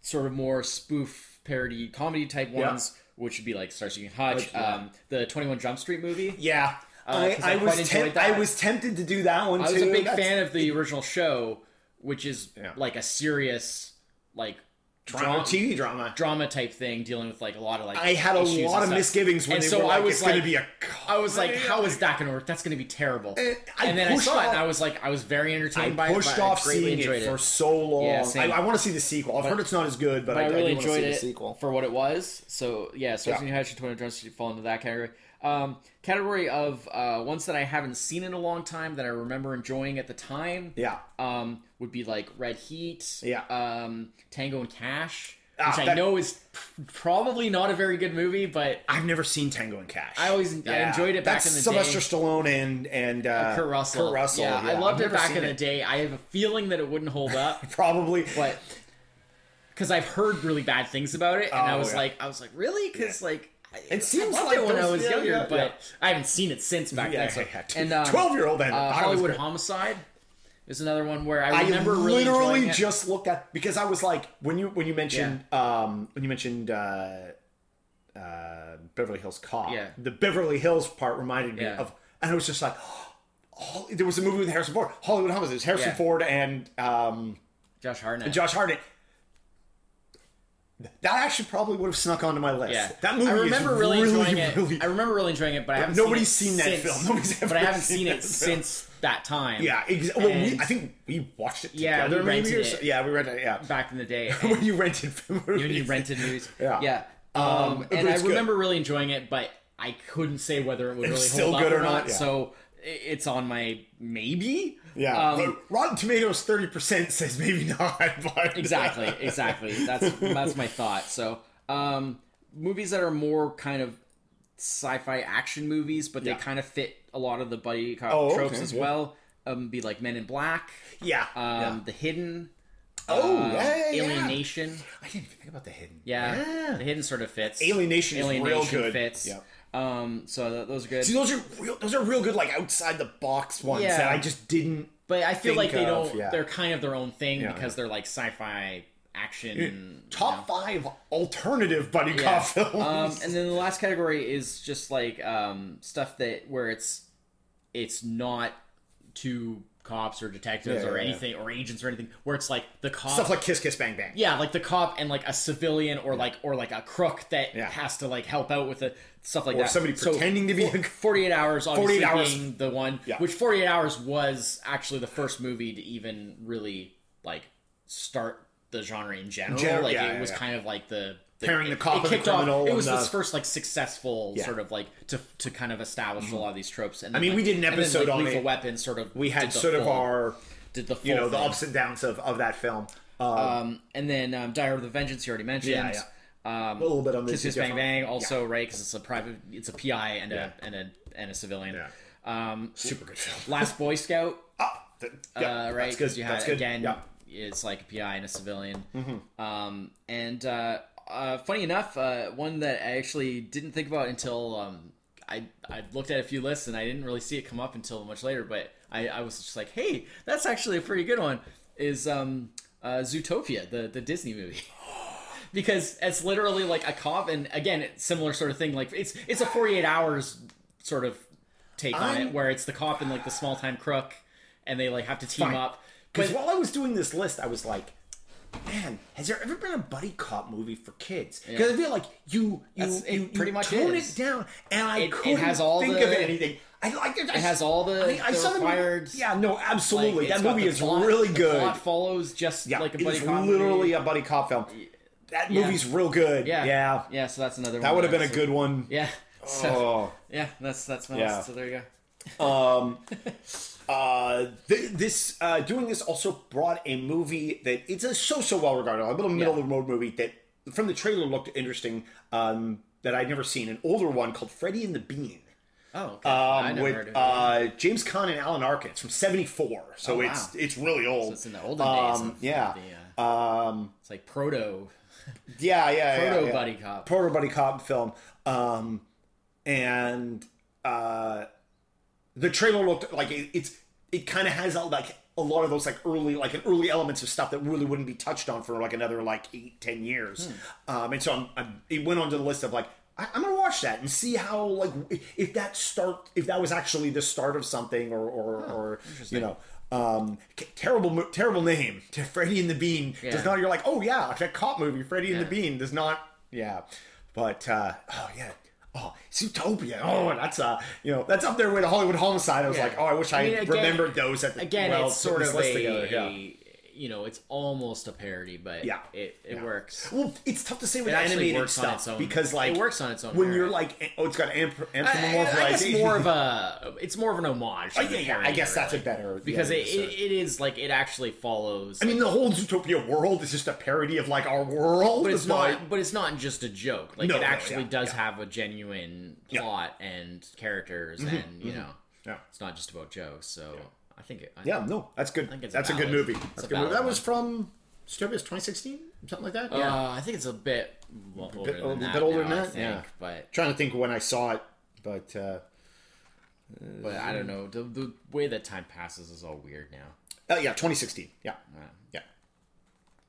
Speaker 2: sort of more spoof parody comedy type
Speaker 1: Yeah.
Speaker 2: ones, which would be like Starsky and Hutch,
Speaker 1: Like, yeah.
Speaker 2: um, the Twenty One Jump Street movie.
Speaker 1: yeah,
Speaker 2: Uh, 'cause I quite enjoyed that.
Speaker 1: I was tempted to do that one
Speaker 2: I
Speaker 1: too.
Speaker 2: was a big
Speaker 1: That's-
Speaker 2: fan of the original show, which is
Speaker 1: Yeah.
Speaker 2: like a serious like
Speaker 1: drama,
Speaker 2: dra-
Speaker 1: TV drama.
Speaker 2: drama type thing dealing with like a lot of like
Speaker 1: I had a
Speaker 2: issues and
Speaker 1: lot of
Speaker 2: stuff.
Speaker 1: misgivings when
Speaker 2: And
Speaker 1: they
Speaker 2: so
Speaker 1: were
Speaker 2: I
Speaker 1: like,
Speaker 2: was
Speaker 1: "It's
Speaker 2: like-
Speaker 1: going to be a."
Speaker 2: I was like,
Speaker 1: comedy."
Speaker 2: how is that going to work? That's going to be terrible.
Speaker 1: And I
Speaker 2: and then I
Speaker 1: pushed
Speaker 2: saw it and
Speaker 1: off-
Speaker 2: I was like, I was very entertained by
Speaker 1: I pushed
Speaker 2: it. but
Speaker 1: off
Speaker 2: I greatly
Speaker 1: seeing
Speaker 2: enjoyed
Speaker 1: it for so long.
Speaker 2: Yeah,
Speaker 1: I,
Speaker 2: same.
Speaker 1: I want to see the sequel. I've heard it's not as good, but,
Speaker 2: But I
Speaker 1: I,
Speaker 2: really
Speaker 1: I do want to
Speaker 2: enjoyed
Speaker 1: see
Speaker 2: it
Speaker 1: the sequel.
Speaker 2: for what it was. So yeah, so
Speaker 1: Yeah.
Speaker 2: yeah. New Hatchet, Twenty Jump Street fall into that category. Um, category of uh, ones that I haven't seen in a long time that I remember enjoying at the time.
Speaker 1: Yeah,
Speaker 2: Um, would be like Red Heat.
Speaker 1: Yeah.
Speaker 2: Um, Tango and Cash,
Speaker 1: Ah,
Speaker 2: which I
Speaker 1: that-
Speaker 2: know is p- probably not a very good movie, but
Speaker 1: I've never seen Tango and Cash.
Speaker 2: I always I
Speaker 1: Yeah.
Speaker 2: enjoyed it back
Speaker 1: That's
Speaker 2: in the day.
Speaker 1: Sylvester Stallone and and uh,
Speaker 2: Kurt Russell.
Speaker 1: Kurt Russell.
Speaker 2: Yeah, I
Speaker 1: I've
Speaker 2: loved it
Speaker 1: never
Speaker 2: back
Speaker 1: seen
Speaker 2: in the day. I have a feeling that it wouldn't hold up,
Speaker 1: Probably,
Speaker 2: but because I've heard really bad things about it, and I
Speaker 1: Oh,
Speaker 2: was
Speaker 1: yeah.
Speaker 2: like, I was like, really? Because like, I- I
Speaker 1: seems
Speaker 2: loved
Speaker 1: like
Speaker 2: it when I
Speaker 1: those-
Speaker 2: was
Speaker 1: yeah,
Speaker 2: younger,
Speaker 1: yeah,
Speaker 2: but
Speaker 1: yeah.
Speaker 2: I haven't seen it since back
Speaker 1: yeah,
Speaker 2: then. So.
Speaker 1: yeah,
Speaker 2: and um,
Speaker 1: twelve-year-old and
Speaker 2: uh, Hollywood Homicide is another one where I
Speaker 1: I
Speaker 2: remember really
Speaker 1: literally
Speaker 2: enjoying it.
Speaker 1: just looked at because I was like when you when you mentioned um when you mentioned uh uh Beverly Hills Cop
Speaker 2: Yeah.
Speaker 1: the Beverly Hills part reminded me
Speaker 2: Yeah.
Speaker 1: of and I was just like oh, there was a movie with Harrison Ford Hollywood Homicide it was Harrison
Speaker 2: Yeah.
Speaker 1: Ford and um
Speaker 2: Josh Hartnett.
Speaker 1: Josh Hartnett that actually probably would have snuck onto my list
Speaker 2: yeah,
Speaker 1: that movie
Speaker 2: I remember
Speaker 1: is
Speaker 2: really,
Speaker 1: really
Speaker 2: enjoying it.
Speaker 1: really-
Speaker 2: I remember really enjoying it, but I haven't
Speaker 1: nobody's
Speaker 2: seen,
Speaker 1: seen
Speaker 2: it
Speaker 1: that
Speaker 2: since,
Speaker 1: film. Nobody's
Speaker 2: but
Speaker 1: ever
Speaker 2: I haven't
Speaker 1: seen
Speaker 2: seen
Speaker 1: that
Speaker 2: it
Speaker 1: film.
Speaker 2: since that time.
Speaker 1: yeah exactly well, we,
Speaker 2: And-
Speaker 1: I think we watched it
Speaker 2: Yeah,
Speaker 1: together
Speaker 2: we
Speaker 1: maybe or
Speaker 2: rented
Speaker 1: so-
Speaker 2: it.
Speaker 1: yeah we rented it yeah
Speaker 2: back in the day. and-
Speaker 1: when you rented
Speaker 2: when you rented movies.
Speaker 1: Yeah.
Speaker 2: Yeah.
Speaker 1: Um,
Speaker 2: Um,
Speaker 1: but
Speaker 2: and I
Speaker 1: it's good.
Speaker 2: remember really enjoying it, but I couldn't say whether it would really
Speaker 1: still
Speaker 2: hold
Speaker 1: good
Speaker 2: up
Speaker 1: or not, yeah.
Speaker 2: So i- it's on my maybe.
Speaker 1: Yeah,
Speaker 2: Um,
Speaker 1: Ro- Rotten Tomatoes thirty percent says maybe not, but
Speaker 2: exactly. Exactly. That's that's my thought. So um, movies that are more kind of sci-fi action movies, but they
Speaker 1: Yeah.
Speaker 2: kind of fit a lot of the buddy cop
Speaker 1: Oh,
Speaker 2: tropes
Speaker 1: okay,
Speaker 2: as
Speaker 1: yeah.
Speaker 2: well. Um, be like Men in Black,
Speaker 1: yeah.
Speaker 2: um,
Speaker 1: yeah.
Speaker 2: The Hidden,
Speaker 1: Oh, yeah,
Speaker 2: um,
Speaker 1: yeah, yeah.
Speaker 2: Alienation.
Speaker 1: I didn't even think about the hidden.
Speaker 2: Yeah, The Hidden sort of fits.
Speaker 1: Alienation is real good.
Speaker 2: fits.
Speaker 1: Yep.
Speaker 2: Um, so th- those are good.
Speaker 1: See, those are real, those are real good, like outside the box ones
Speaker 2: Yeah.
Speaker 1: that I just didn't.
Speaker 2: But I feel like
Speaker 1: think
Speaker 2: they
Speaker 1: of,
Speaker 2: don't.
Speaker 1: yeah.
Speaker 2: They're kind of their own thing
Speaker 1: Yeah.
Speaker 2: because they're like sci-fi action.
Speaker 1: Top five alternative buddy
Speaker 2: Yeah.
Speaker 1: cop films.
Speaker 2: Um, and then the last category is just like um, stuff that where it's it's not two cops or detectives
Speaker 1: Yeah,
Speaker 2: or
Speaker 1: yeah, yeah.
Speaker 2: anything or agents or anything where it's like the cop
Speaker 1: Stuff like Kiss Kiss Bang Bang.
Speaker 2: yeah like the cop and like a civilian or like or like a crook that
Speaker 1: Yeah.
Speaker 2: has to like help out with the stuff like
Speaker 1: Or
Speaker 2: that
Speaker 1: somebody
Speaker 2: So-
Speaker 1: pretending to be a
Speaker 2: 48 hours obviously
Speaker 1: 48 hours.
Speaker 2: being the one
Speaker 1: Yeah.
Speaker 2: which 48 hours was actually the first movie to even really like start the genre in general
Speaker 1: Gen-
Speaker 2: like
Speaker 1: yeah,
Speaker 2: it
Speaker 1: yeah,
Speaker 2: was
Speaker 1: yeah.
Speaker 2: kind of like the, the
Speaker 1: Pairing the
Speaker 2: it-
Speaker 1: cop
Speaker 2: it
Speaker 1: and the
Speaker 2: kicked off-
Speaker 1: criminal
Speaker 2: it
Speaker 1: and
Speaker 2: was
Speaker 1: the-
Speaker 2: this first like successful
Speaker 1: Yeah. Mm-hmm.
Speaker 2: sort of like to to kind of establish a lot of these tropes and then,
Speaker 1: mean,
Speaker 2: like-
Speaker 1: we did an
Speaker 2: and then,
Speaker 1: episode
Speaker 2: like,
Speaker 1: on
Speaker 2: lethal
Speaker 1: it.
Speaker 2: weapon sort of
Speaker 1: We had
Speaker 2: did the
Speaker 1: sort of
Speaker 2: full-
Speaker 1: our,
Speaker 2: did the
Speaker 1: you know,
Speaker 2: full
Speaker 1: the
Speaker 2: thing.
Speaker 1: ups and downs of, of that film. Um,
Speaker 2: Um, and then um, Dire of the Vengeance, you already mentioned.
Speaker 1: Yeah,
Speaker 2: Um,
Speaker 1: a little bit on
Speaker 2: Kiss
Speaker 1: this.
Speaker 2: Kiss
Speaker 1: is
Speaker 2: Bang
Speaker 1: different.
Speaker 2: Bang, also right because it's a private, it's a PI and a
Speaker 1: Yeah.
Speaker 2: and a and a civilian.
Speaker 1: Yeah.
Speaker 2: Um,
Speaker 1: Super good film.
Speaker 2: Last Boy Scout,
Speaker 1: Oh, th- yeah,
Speaker 2: uh, right?
Speaker 1: That's good.
Speaker 2: Because you
Speaker 1: that's
Speaker 2: had
Speaker 1: good.
Speaker 2: again,
Speaker 1: Yeah. Mm-hmm.
Speaker 2: it's like a PI and a civilian. Um, and uh, uh, funny enough, uh, one that I actually didn't think about until um, I I looked at a few lists and I didn't really see it come up until much later. But I, I was just like, hey, that's actually a pretty good one. Is um, uh, Zootopia, the the Disney movie. Because it's literally like a cop, and again, it's similar sort of thing. Like it's it's a forty eight hours sort of take on
Speaker 1: I'm-
Speaker 2: it, where it's the cop and like the small time crook, and they like have to team
Speaker 1: Fine.
Speaker 2: up.
Speaker 1: Because
Speaker 2: But
Speaker 1: while I was doing this list, I was like, man, has there ever been a buddy cop movie for kids? Because I feel like you you,
Speaker 2: That's- it
Speaker 1: you,
Speaker 2: pretty
Speaker 1: you
Speaker 2: much
Speaker 1: tone
Speaker 2: is.
Speaker 1: it down, and I
Speaker 2: It- it
Speaker 1: couldn't
Speaker 2: has all
Speaker 1: think
Speaker 2: the-
Speaker 1: of anything. I like it. It
Speaker 2: has all the-
Speaker 1: I, mean, I
Speaker 2: the
Speaker 1: saw the movie-
Speaker 2: required-
Speaker 1: Yeah, no,
Speaker 2: like,
Speaker 1: absolutely.
Speaker 2: it's
Speaker 1: that
Speaker 2: got
Speaker 1: movie
Speaker 2: the
Speaker 1: is
Speaker 2: plot-
Speaker 1: really
Speaker 2: the
Speaker 1: good.
Speaker 2: plot follows just
Speaker 1: yeah,
Speaker 2: like a
Speaker 1: it
Speaker 2: buddy
Speaker 1: is
Speaker 2: cop
Speaker 1: literally
Speaker 2: movie.
Speaker 1: a buddy cop film. That movie's real good.
Speaker 2: yeah.
Speaker 1: Yeah,
Speaker 2: yeah. So that's another.
Speaker 1: that
Speaker 2: one
Speaker 1: would have been a
Speaker 2: so-
Speaker 1: good one.
Speaker 2: Yeah. So,
Speaker 1: Oh.
Speaker 2: yeah, that's that's my
Speaker 1: Yeah.
Speaker 2: list. So there you go.
Speaker 1: Um, uh, th- this uh, doing this also brought a movie that it's a so so well regarded, a little middle of the road movie that from the trailer looked interesting. Um, that I'd never seen, an older one called Freddie and the Bean.
Speaker 2: Oh, okay. I
Speaker 1: Um,
Speaker 2: never
Speaker 1: with
Speaker 2: heard of it.
Speaker 1: uh, James Caan and Alan Arkin. It's from '74, so
Speaker 2: Oh, wow.
Speaker 1: it's it's really old.
Speaker 2: it's in the olden days.
Speaker 1: um,
Speaker 2: of
Speaker 1: yeah.
Speaker 2: the, uh,
Speaker 1: Um,
Speaker 2: it's like proto
Speaker 1: yeah, yeah, yeah,
Speaker 2: proto
Speaker 1: yeah.
Speaker 2: buddy cop.
Speaker 1: proto buddy cop film. Um, and uh, the trailer looked like it, it's it kind of has all, like a lot of those like early like an early elements of stuff that really wouldn't be touched on for like another like eight ten years. Um, and so I'm, I'm it went onto the list of like I, I'm gonna watch that and see how like if that start if that was actually the start of something or or, or you know. Um, c- terrible, mo- terrible name. To Freddy and the Bean
Speaker 2: Yeah.
Speaker 1: does not. You're like, oh yeah, like that cop movie, Freddy and the
Speaker 2: Yeah.
Speaker 1: Bean does not. Yeah, but uh, oh yeah, oh Zootopia. Oh, that's uh, you know, that's up there with Hollywood Homicide. I was
Speaker 2: Yeah.
Speaker 1: like, oh, I wish I,
Speaker 2: I mean, again-
Speaker 1: remembered those at the
Speaker 2: Again,
Speaker 1: well,
Speaker 2: it's
Speaker 1: put
Speaker 2: sort
Speaker 1: this
Speaker 2: of
Speaker 1: list
Speaker 2: a
Speaker 1: together, yeah.
Speaker 2: you know, it's almost a parody, but
Speaker 1: Yeah.
Speaker 2: it it
Speaker 1: Yeah.
Speaker 2: works.
Speaker 1: Well, it's tough to say with
Speaker 2: It actually
Speaker 1: animated
Speaker 2: works on
Speaker 1: stuff
Speaker 2: its own-
Speaker 1: because like
Speaker 2: it works on its own
Speaker 1: When you're
Speaker 2: merit.
Speaker 1: like, an- oh, it's got anthrop-
Speaker 2: I,
Speaker 1: anthropomorphization.
Speaker 2: I guess more of a it's more of an homage.
Speaker 1: Oh,
Speaker 2: than
Speaker 1: yeah,
Speaker 2: a
Speaker 1: yeah, I
Speaker 2: parody,
Speaker 1: guess that's a
Speaker 2: really.
Speaker 1: better
Speaker 2: because
Speaker 1: yeah,
Speaker 2: it,
Speaker 1: sure.
Speaker 2: it, it is like it actually follows.
Speaker 1: I mean, the whole Zootopia world is just a parody of like our world.
Speaker 2: but it's
Speaker 1: like-
Speaker 2: not. But it's not just a joke. Like
Speaker 1: No,
Speaker 2: it
Speaker 1: no,
Speaker 2: actually
Speaker 1: yeah,
Speaker 2: does
Speaker 1: yeah.
Speaker 2: have a genuine
Speaker 1: Yeah.
Speaker 2: plot and characters, and you know,
Speaker 1: Yeah.
Speaker 2: it's not just about jokes. So I think it. I,
Speaker 1: Yeah, no, that's good.
Speaker 2: think it's
Speaker 1: That's a good
Speaker 2: valid.
Speaker 1: movie.
Speaker 2: It's
Speaker 1: That's
Speaker 2: a
Speaker 1: a good movie.
Speaker 2: valid
Speaker 1: That was
Speaker 2: one.
Speaker 1: from Zootopia's 2016, something like that.
Speaker 2: Uh,
Speaker 1: yeah.
Speaker 2: I think it's a bit well, older
Speaker 1: a
Speaker 2: than
Speaker 1: little
Speaker 2: that.
Speaker 1: bit older
Speaker 2: now,
Speaker 1: than
Speaker 2: I
Speaker 1: that,
Speaker 2: think,
Speaker 1: yeah.
Speaker 2: But
Speaker 1: Trying to think when I saw it, but uh,
Speaker 2: but I don't know. The, the way that time passes is all weird now.
Speaker 1: oh yeah, 2016. Yeah, yeah.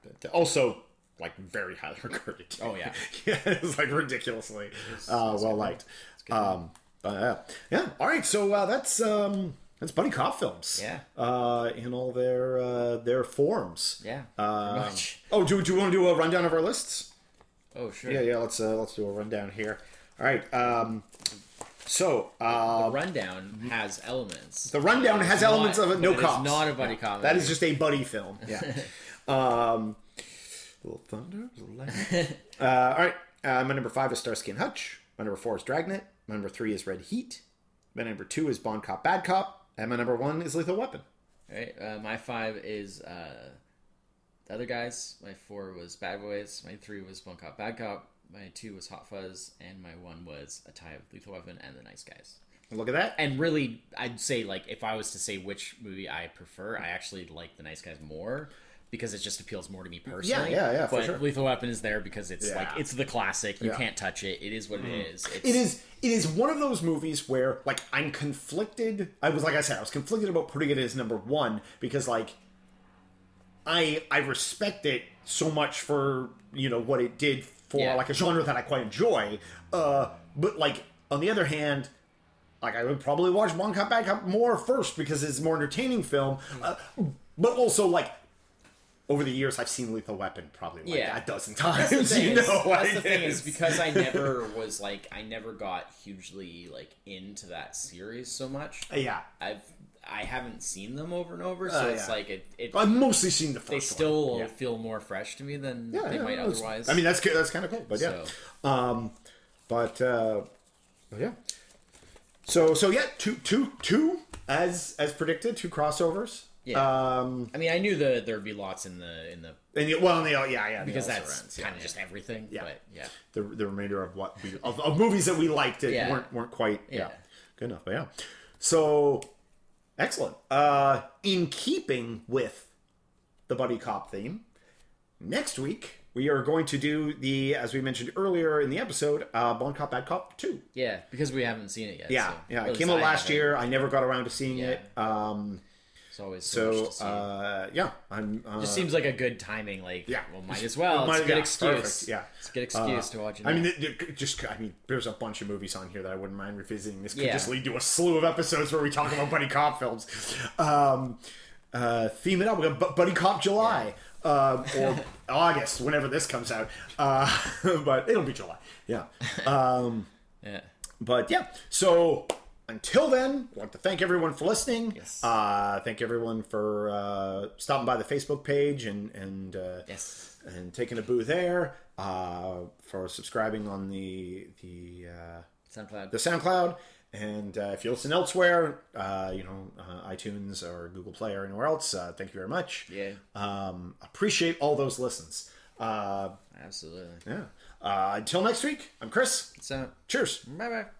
Speaker 1: But uh, also, like very highly regarded.
Speaker 2: Oh, yeah.
Speaker 1: yeah, it's like ridiculously uh, well liked. Um, but, uh, yeah. All right, so uh, that's um, that's buddy cop films.
Speaker 2: Yeah.
Speaker 1: Uh, in all their uh, their forms.
Speaker 2: Yeah.
Speaker 1: Um,
Speaker 2: pretty much.
Speaker 1: oh, do, do you want to do a rundown of our lists?
Speaker 2: Oh sure.
Speaker 1: Yeah, yeah. Let's uh, let's do a rundown here. All right. Um, so uh,
Speaker 2: The rundown has elements.
Speaker 1: the rundown has elements of a no
Speaker 2: it is
Speaker 1: cops.
Speaker 2: Not a buddy comedy.
Speaker 1: That is just a buddy film. Yeah. um, little thunder. Little lightning. uh, all right. Uh, my number five is Starsky and Hutch. My number four is Dragnet. My number three is Red Heat. My number two is Bond Cop Bad Cop. And my number one is Lethal Weapon.
Speaker 2: Right. Uh, my five is uh, the other guys. My four was Bad Boys. My three was Bunk Cop Bad Cop. My two was Hot Fuzz, and my one was A Tie of Lethal Weapon and The Nice Guys.
Speaker 1: Look at that.
Speaker 2: And really, I'd say like if I was to say which movie I prefer, I actually like The Nice Guys more because it just appeals more to me personally.
Speaker 1: yeah, yeah, for
Speaker 2: But
Speaker 1: sure.
Speaker 2: Lethal Weapon is there because it's like
Speaker 1: Yeah.
Speaker 2: it's the classic. You
Speaker 1: Yeah. Mm-hmm.
Speaker 2: can't touch it. It is what it is. It's,
Speaker 1: It is it is one of those movies where like I'm conflicted. I was like I said, I was conflicted about putting it as number one because like I I respect it so much for you know what it did for
Speaker 2: Yeah.
Speaker 1: like a genre that I quite enjoy. Uh, but like on the other hand, like I would probably watch One Cop Bad Cop more first because it's a more entertaining film.
Speaker 2: Mm.
Speaker 1: Uh, but also like. Over the years, I've seen Lethal Weapon probably like
Speaker 2: Yeah.
Speaker 1: a dozen times.
Speaker 2: the thing
Speaker 1: you
Speaker 2: is-
Speaker 1: know,
Speaker 2: that's
Speaker 1: I
Speaker 2: the thing is
Speaker 1: guess.
Speaker 2: because I never was like I never got hugely like into that series so much.
Speaker 1: yeah,
Speaker 2: I've I haven't seen them over and over, so
Speaker 1: Oh,
Speaker 2: it's
Speaker 1: yeah.
Speaker 2: like it. it
Speaker 1: I've mostly seen the first
Speaker 2: they
Speaker 1: one.
Speaker 2: still
Speaker 1: Yeah.
Speaker 2: feel more fresh to me than
Speaker 1: Yeah,
Speaker 2: they
Speaker 1: yeah,
Speaker 2: might
Speaker 1: no, it's-
Speaker 2: otherwise.
Speaker 1: I mean, that's ki- that's kind of cool, but yeah,
Speaker 2: So-
Speaker 1: um, but uh, but yeah. So so yeah, two two two as as predicted, two crossovers.
Speaker 2: Yeah.
Speaker 1: Um,
Speaker 2: I mean, I knew that there'd be lots in the in the
Speaker 1: and you, well, and they all, yeah yeah they
Speaker 2: because
Speaker 1: all
Speaker 2: that's
Speaker 1: surrounds, yeah,
Speaker 2: kind of
Speaker 1: yeah.
Speaker 2: just everything.
Speaker 1: Yeah.
Speaker 2: But yeah,
Speaker 1: the the remainder of what we of, of movies that we liked that
Speaker 2: Yeah.
Speaker 1: weren't weren't quite yeah.
Speaker 2: Yeah.
Speaker 1: good enough, but yeah. So excellent. Uh, in keeping with the buddy cop theme, next week we are going to do the as we mentioned earlier in the episode, uh, Bond Cop Bad Cop two.
Speaker 2: yeah, because we haven't seen it yet.
Speaker 1: Yeah,
Speaker 2: so.
Speaker 1: yeah.
Speaker 2: At
Speaker 1: It
Speaker 2: least
Speaker 1: came out
Speaker 2: I
Speaker 1: last
Speaker 2: haven't.
Speaker 1: year. I never got around to seeing
Speaker 2: Yeah.
Speaker 1: it. Um,
Speaker 2: It's always so. much
Speaker 1: so
Speaker 2: to see.
Speaker 1: uh, yeah, I'm. Uh,
Speaker 2: Just seems like a good timing. Like,
Speaker 1: Yeah.
Speaker 2: well, might as well.
Speaker 1: Might-
Speaker 2: it's a good
Speaker 1: yeah,
Speaker 2: excuse.
Speaker 1: perfect, yeah. Uh,
Speaker 2: it's a good excuse to watch. it
Speaker 1: I mean,
Speaker 2: now.
Speaker 1: it, it just I mean, there's a bunch of movies on here that I wouldn't mind revisiting. This could
Speaker 2: Yeah.
Speaker 1: just lead to a slew of episodes where we talk about buddy cop films. Um, uh, theme it up. We got Bu- buddy cop July um, or August, whenever this comes out. Uh, but it'll be July. Yeah.
Speaker 2: yeah.
Speaker 1: But yeah, so until then, I'd like to thank everyone for listening.
Speaker 2: Yes.
Speaker 1: Uh, thank everyone for uh, stopping by the Facebook page and and uh,
Speaker 2: Yes.
Speaker 1: and taking a boo there. Uh, for subscribing on the the uh,
Speaker 2: SoundCloud.
Speaker 1: the SoundCloud. And uh, if you listen elsewhere, uh, you know uh, iTunes or Google Play or anywhere else, uh, thank you very much.
Speaker 2: Yeah.
Speaker 1: Um, appreciate all those listens.
Speaker 2: Absolutely.
Speaker 1: Yeah. Uh, until next week, I'm Chris.
Speaker 2: So,
Speaker 1: Cheers.
Speaker 2: bye bye.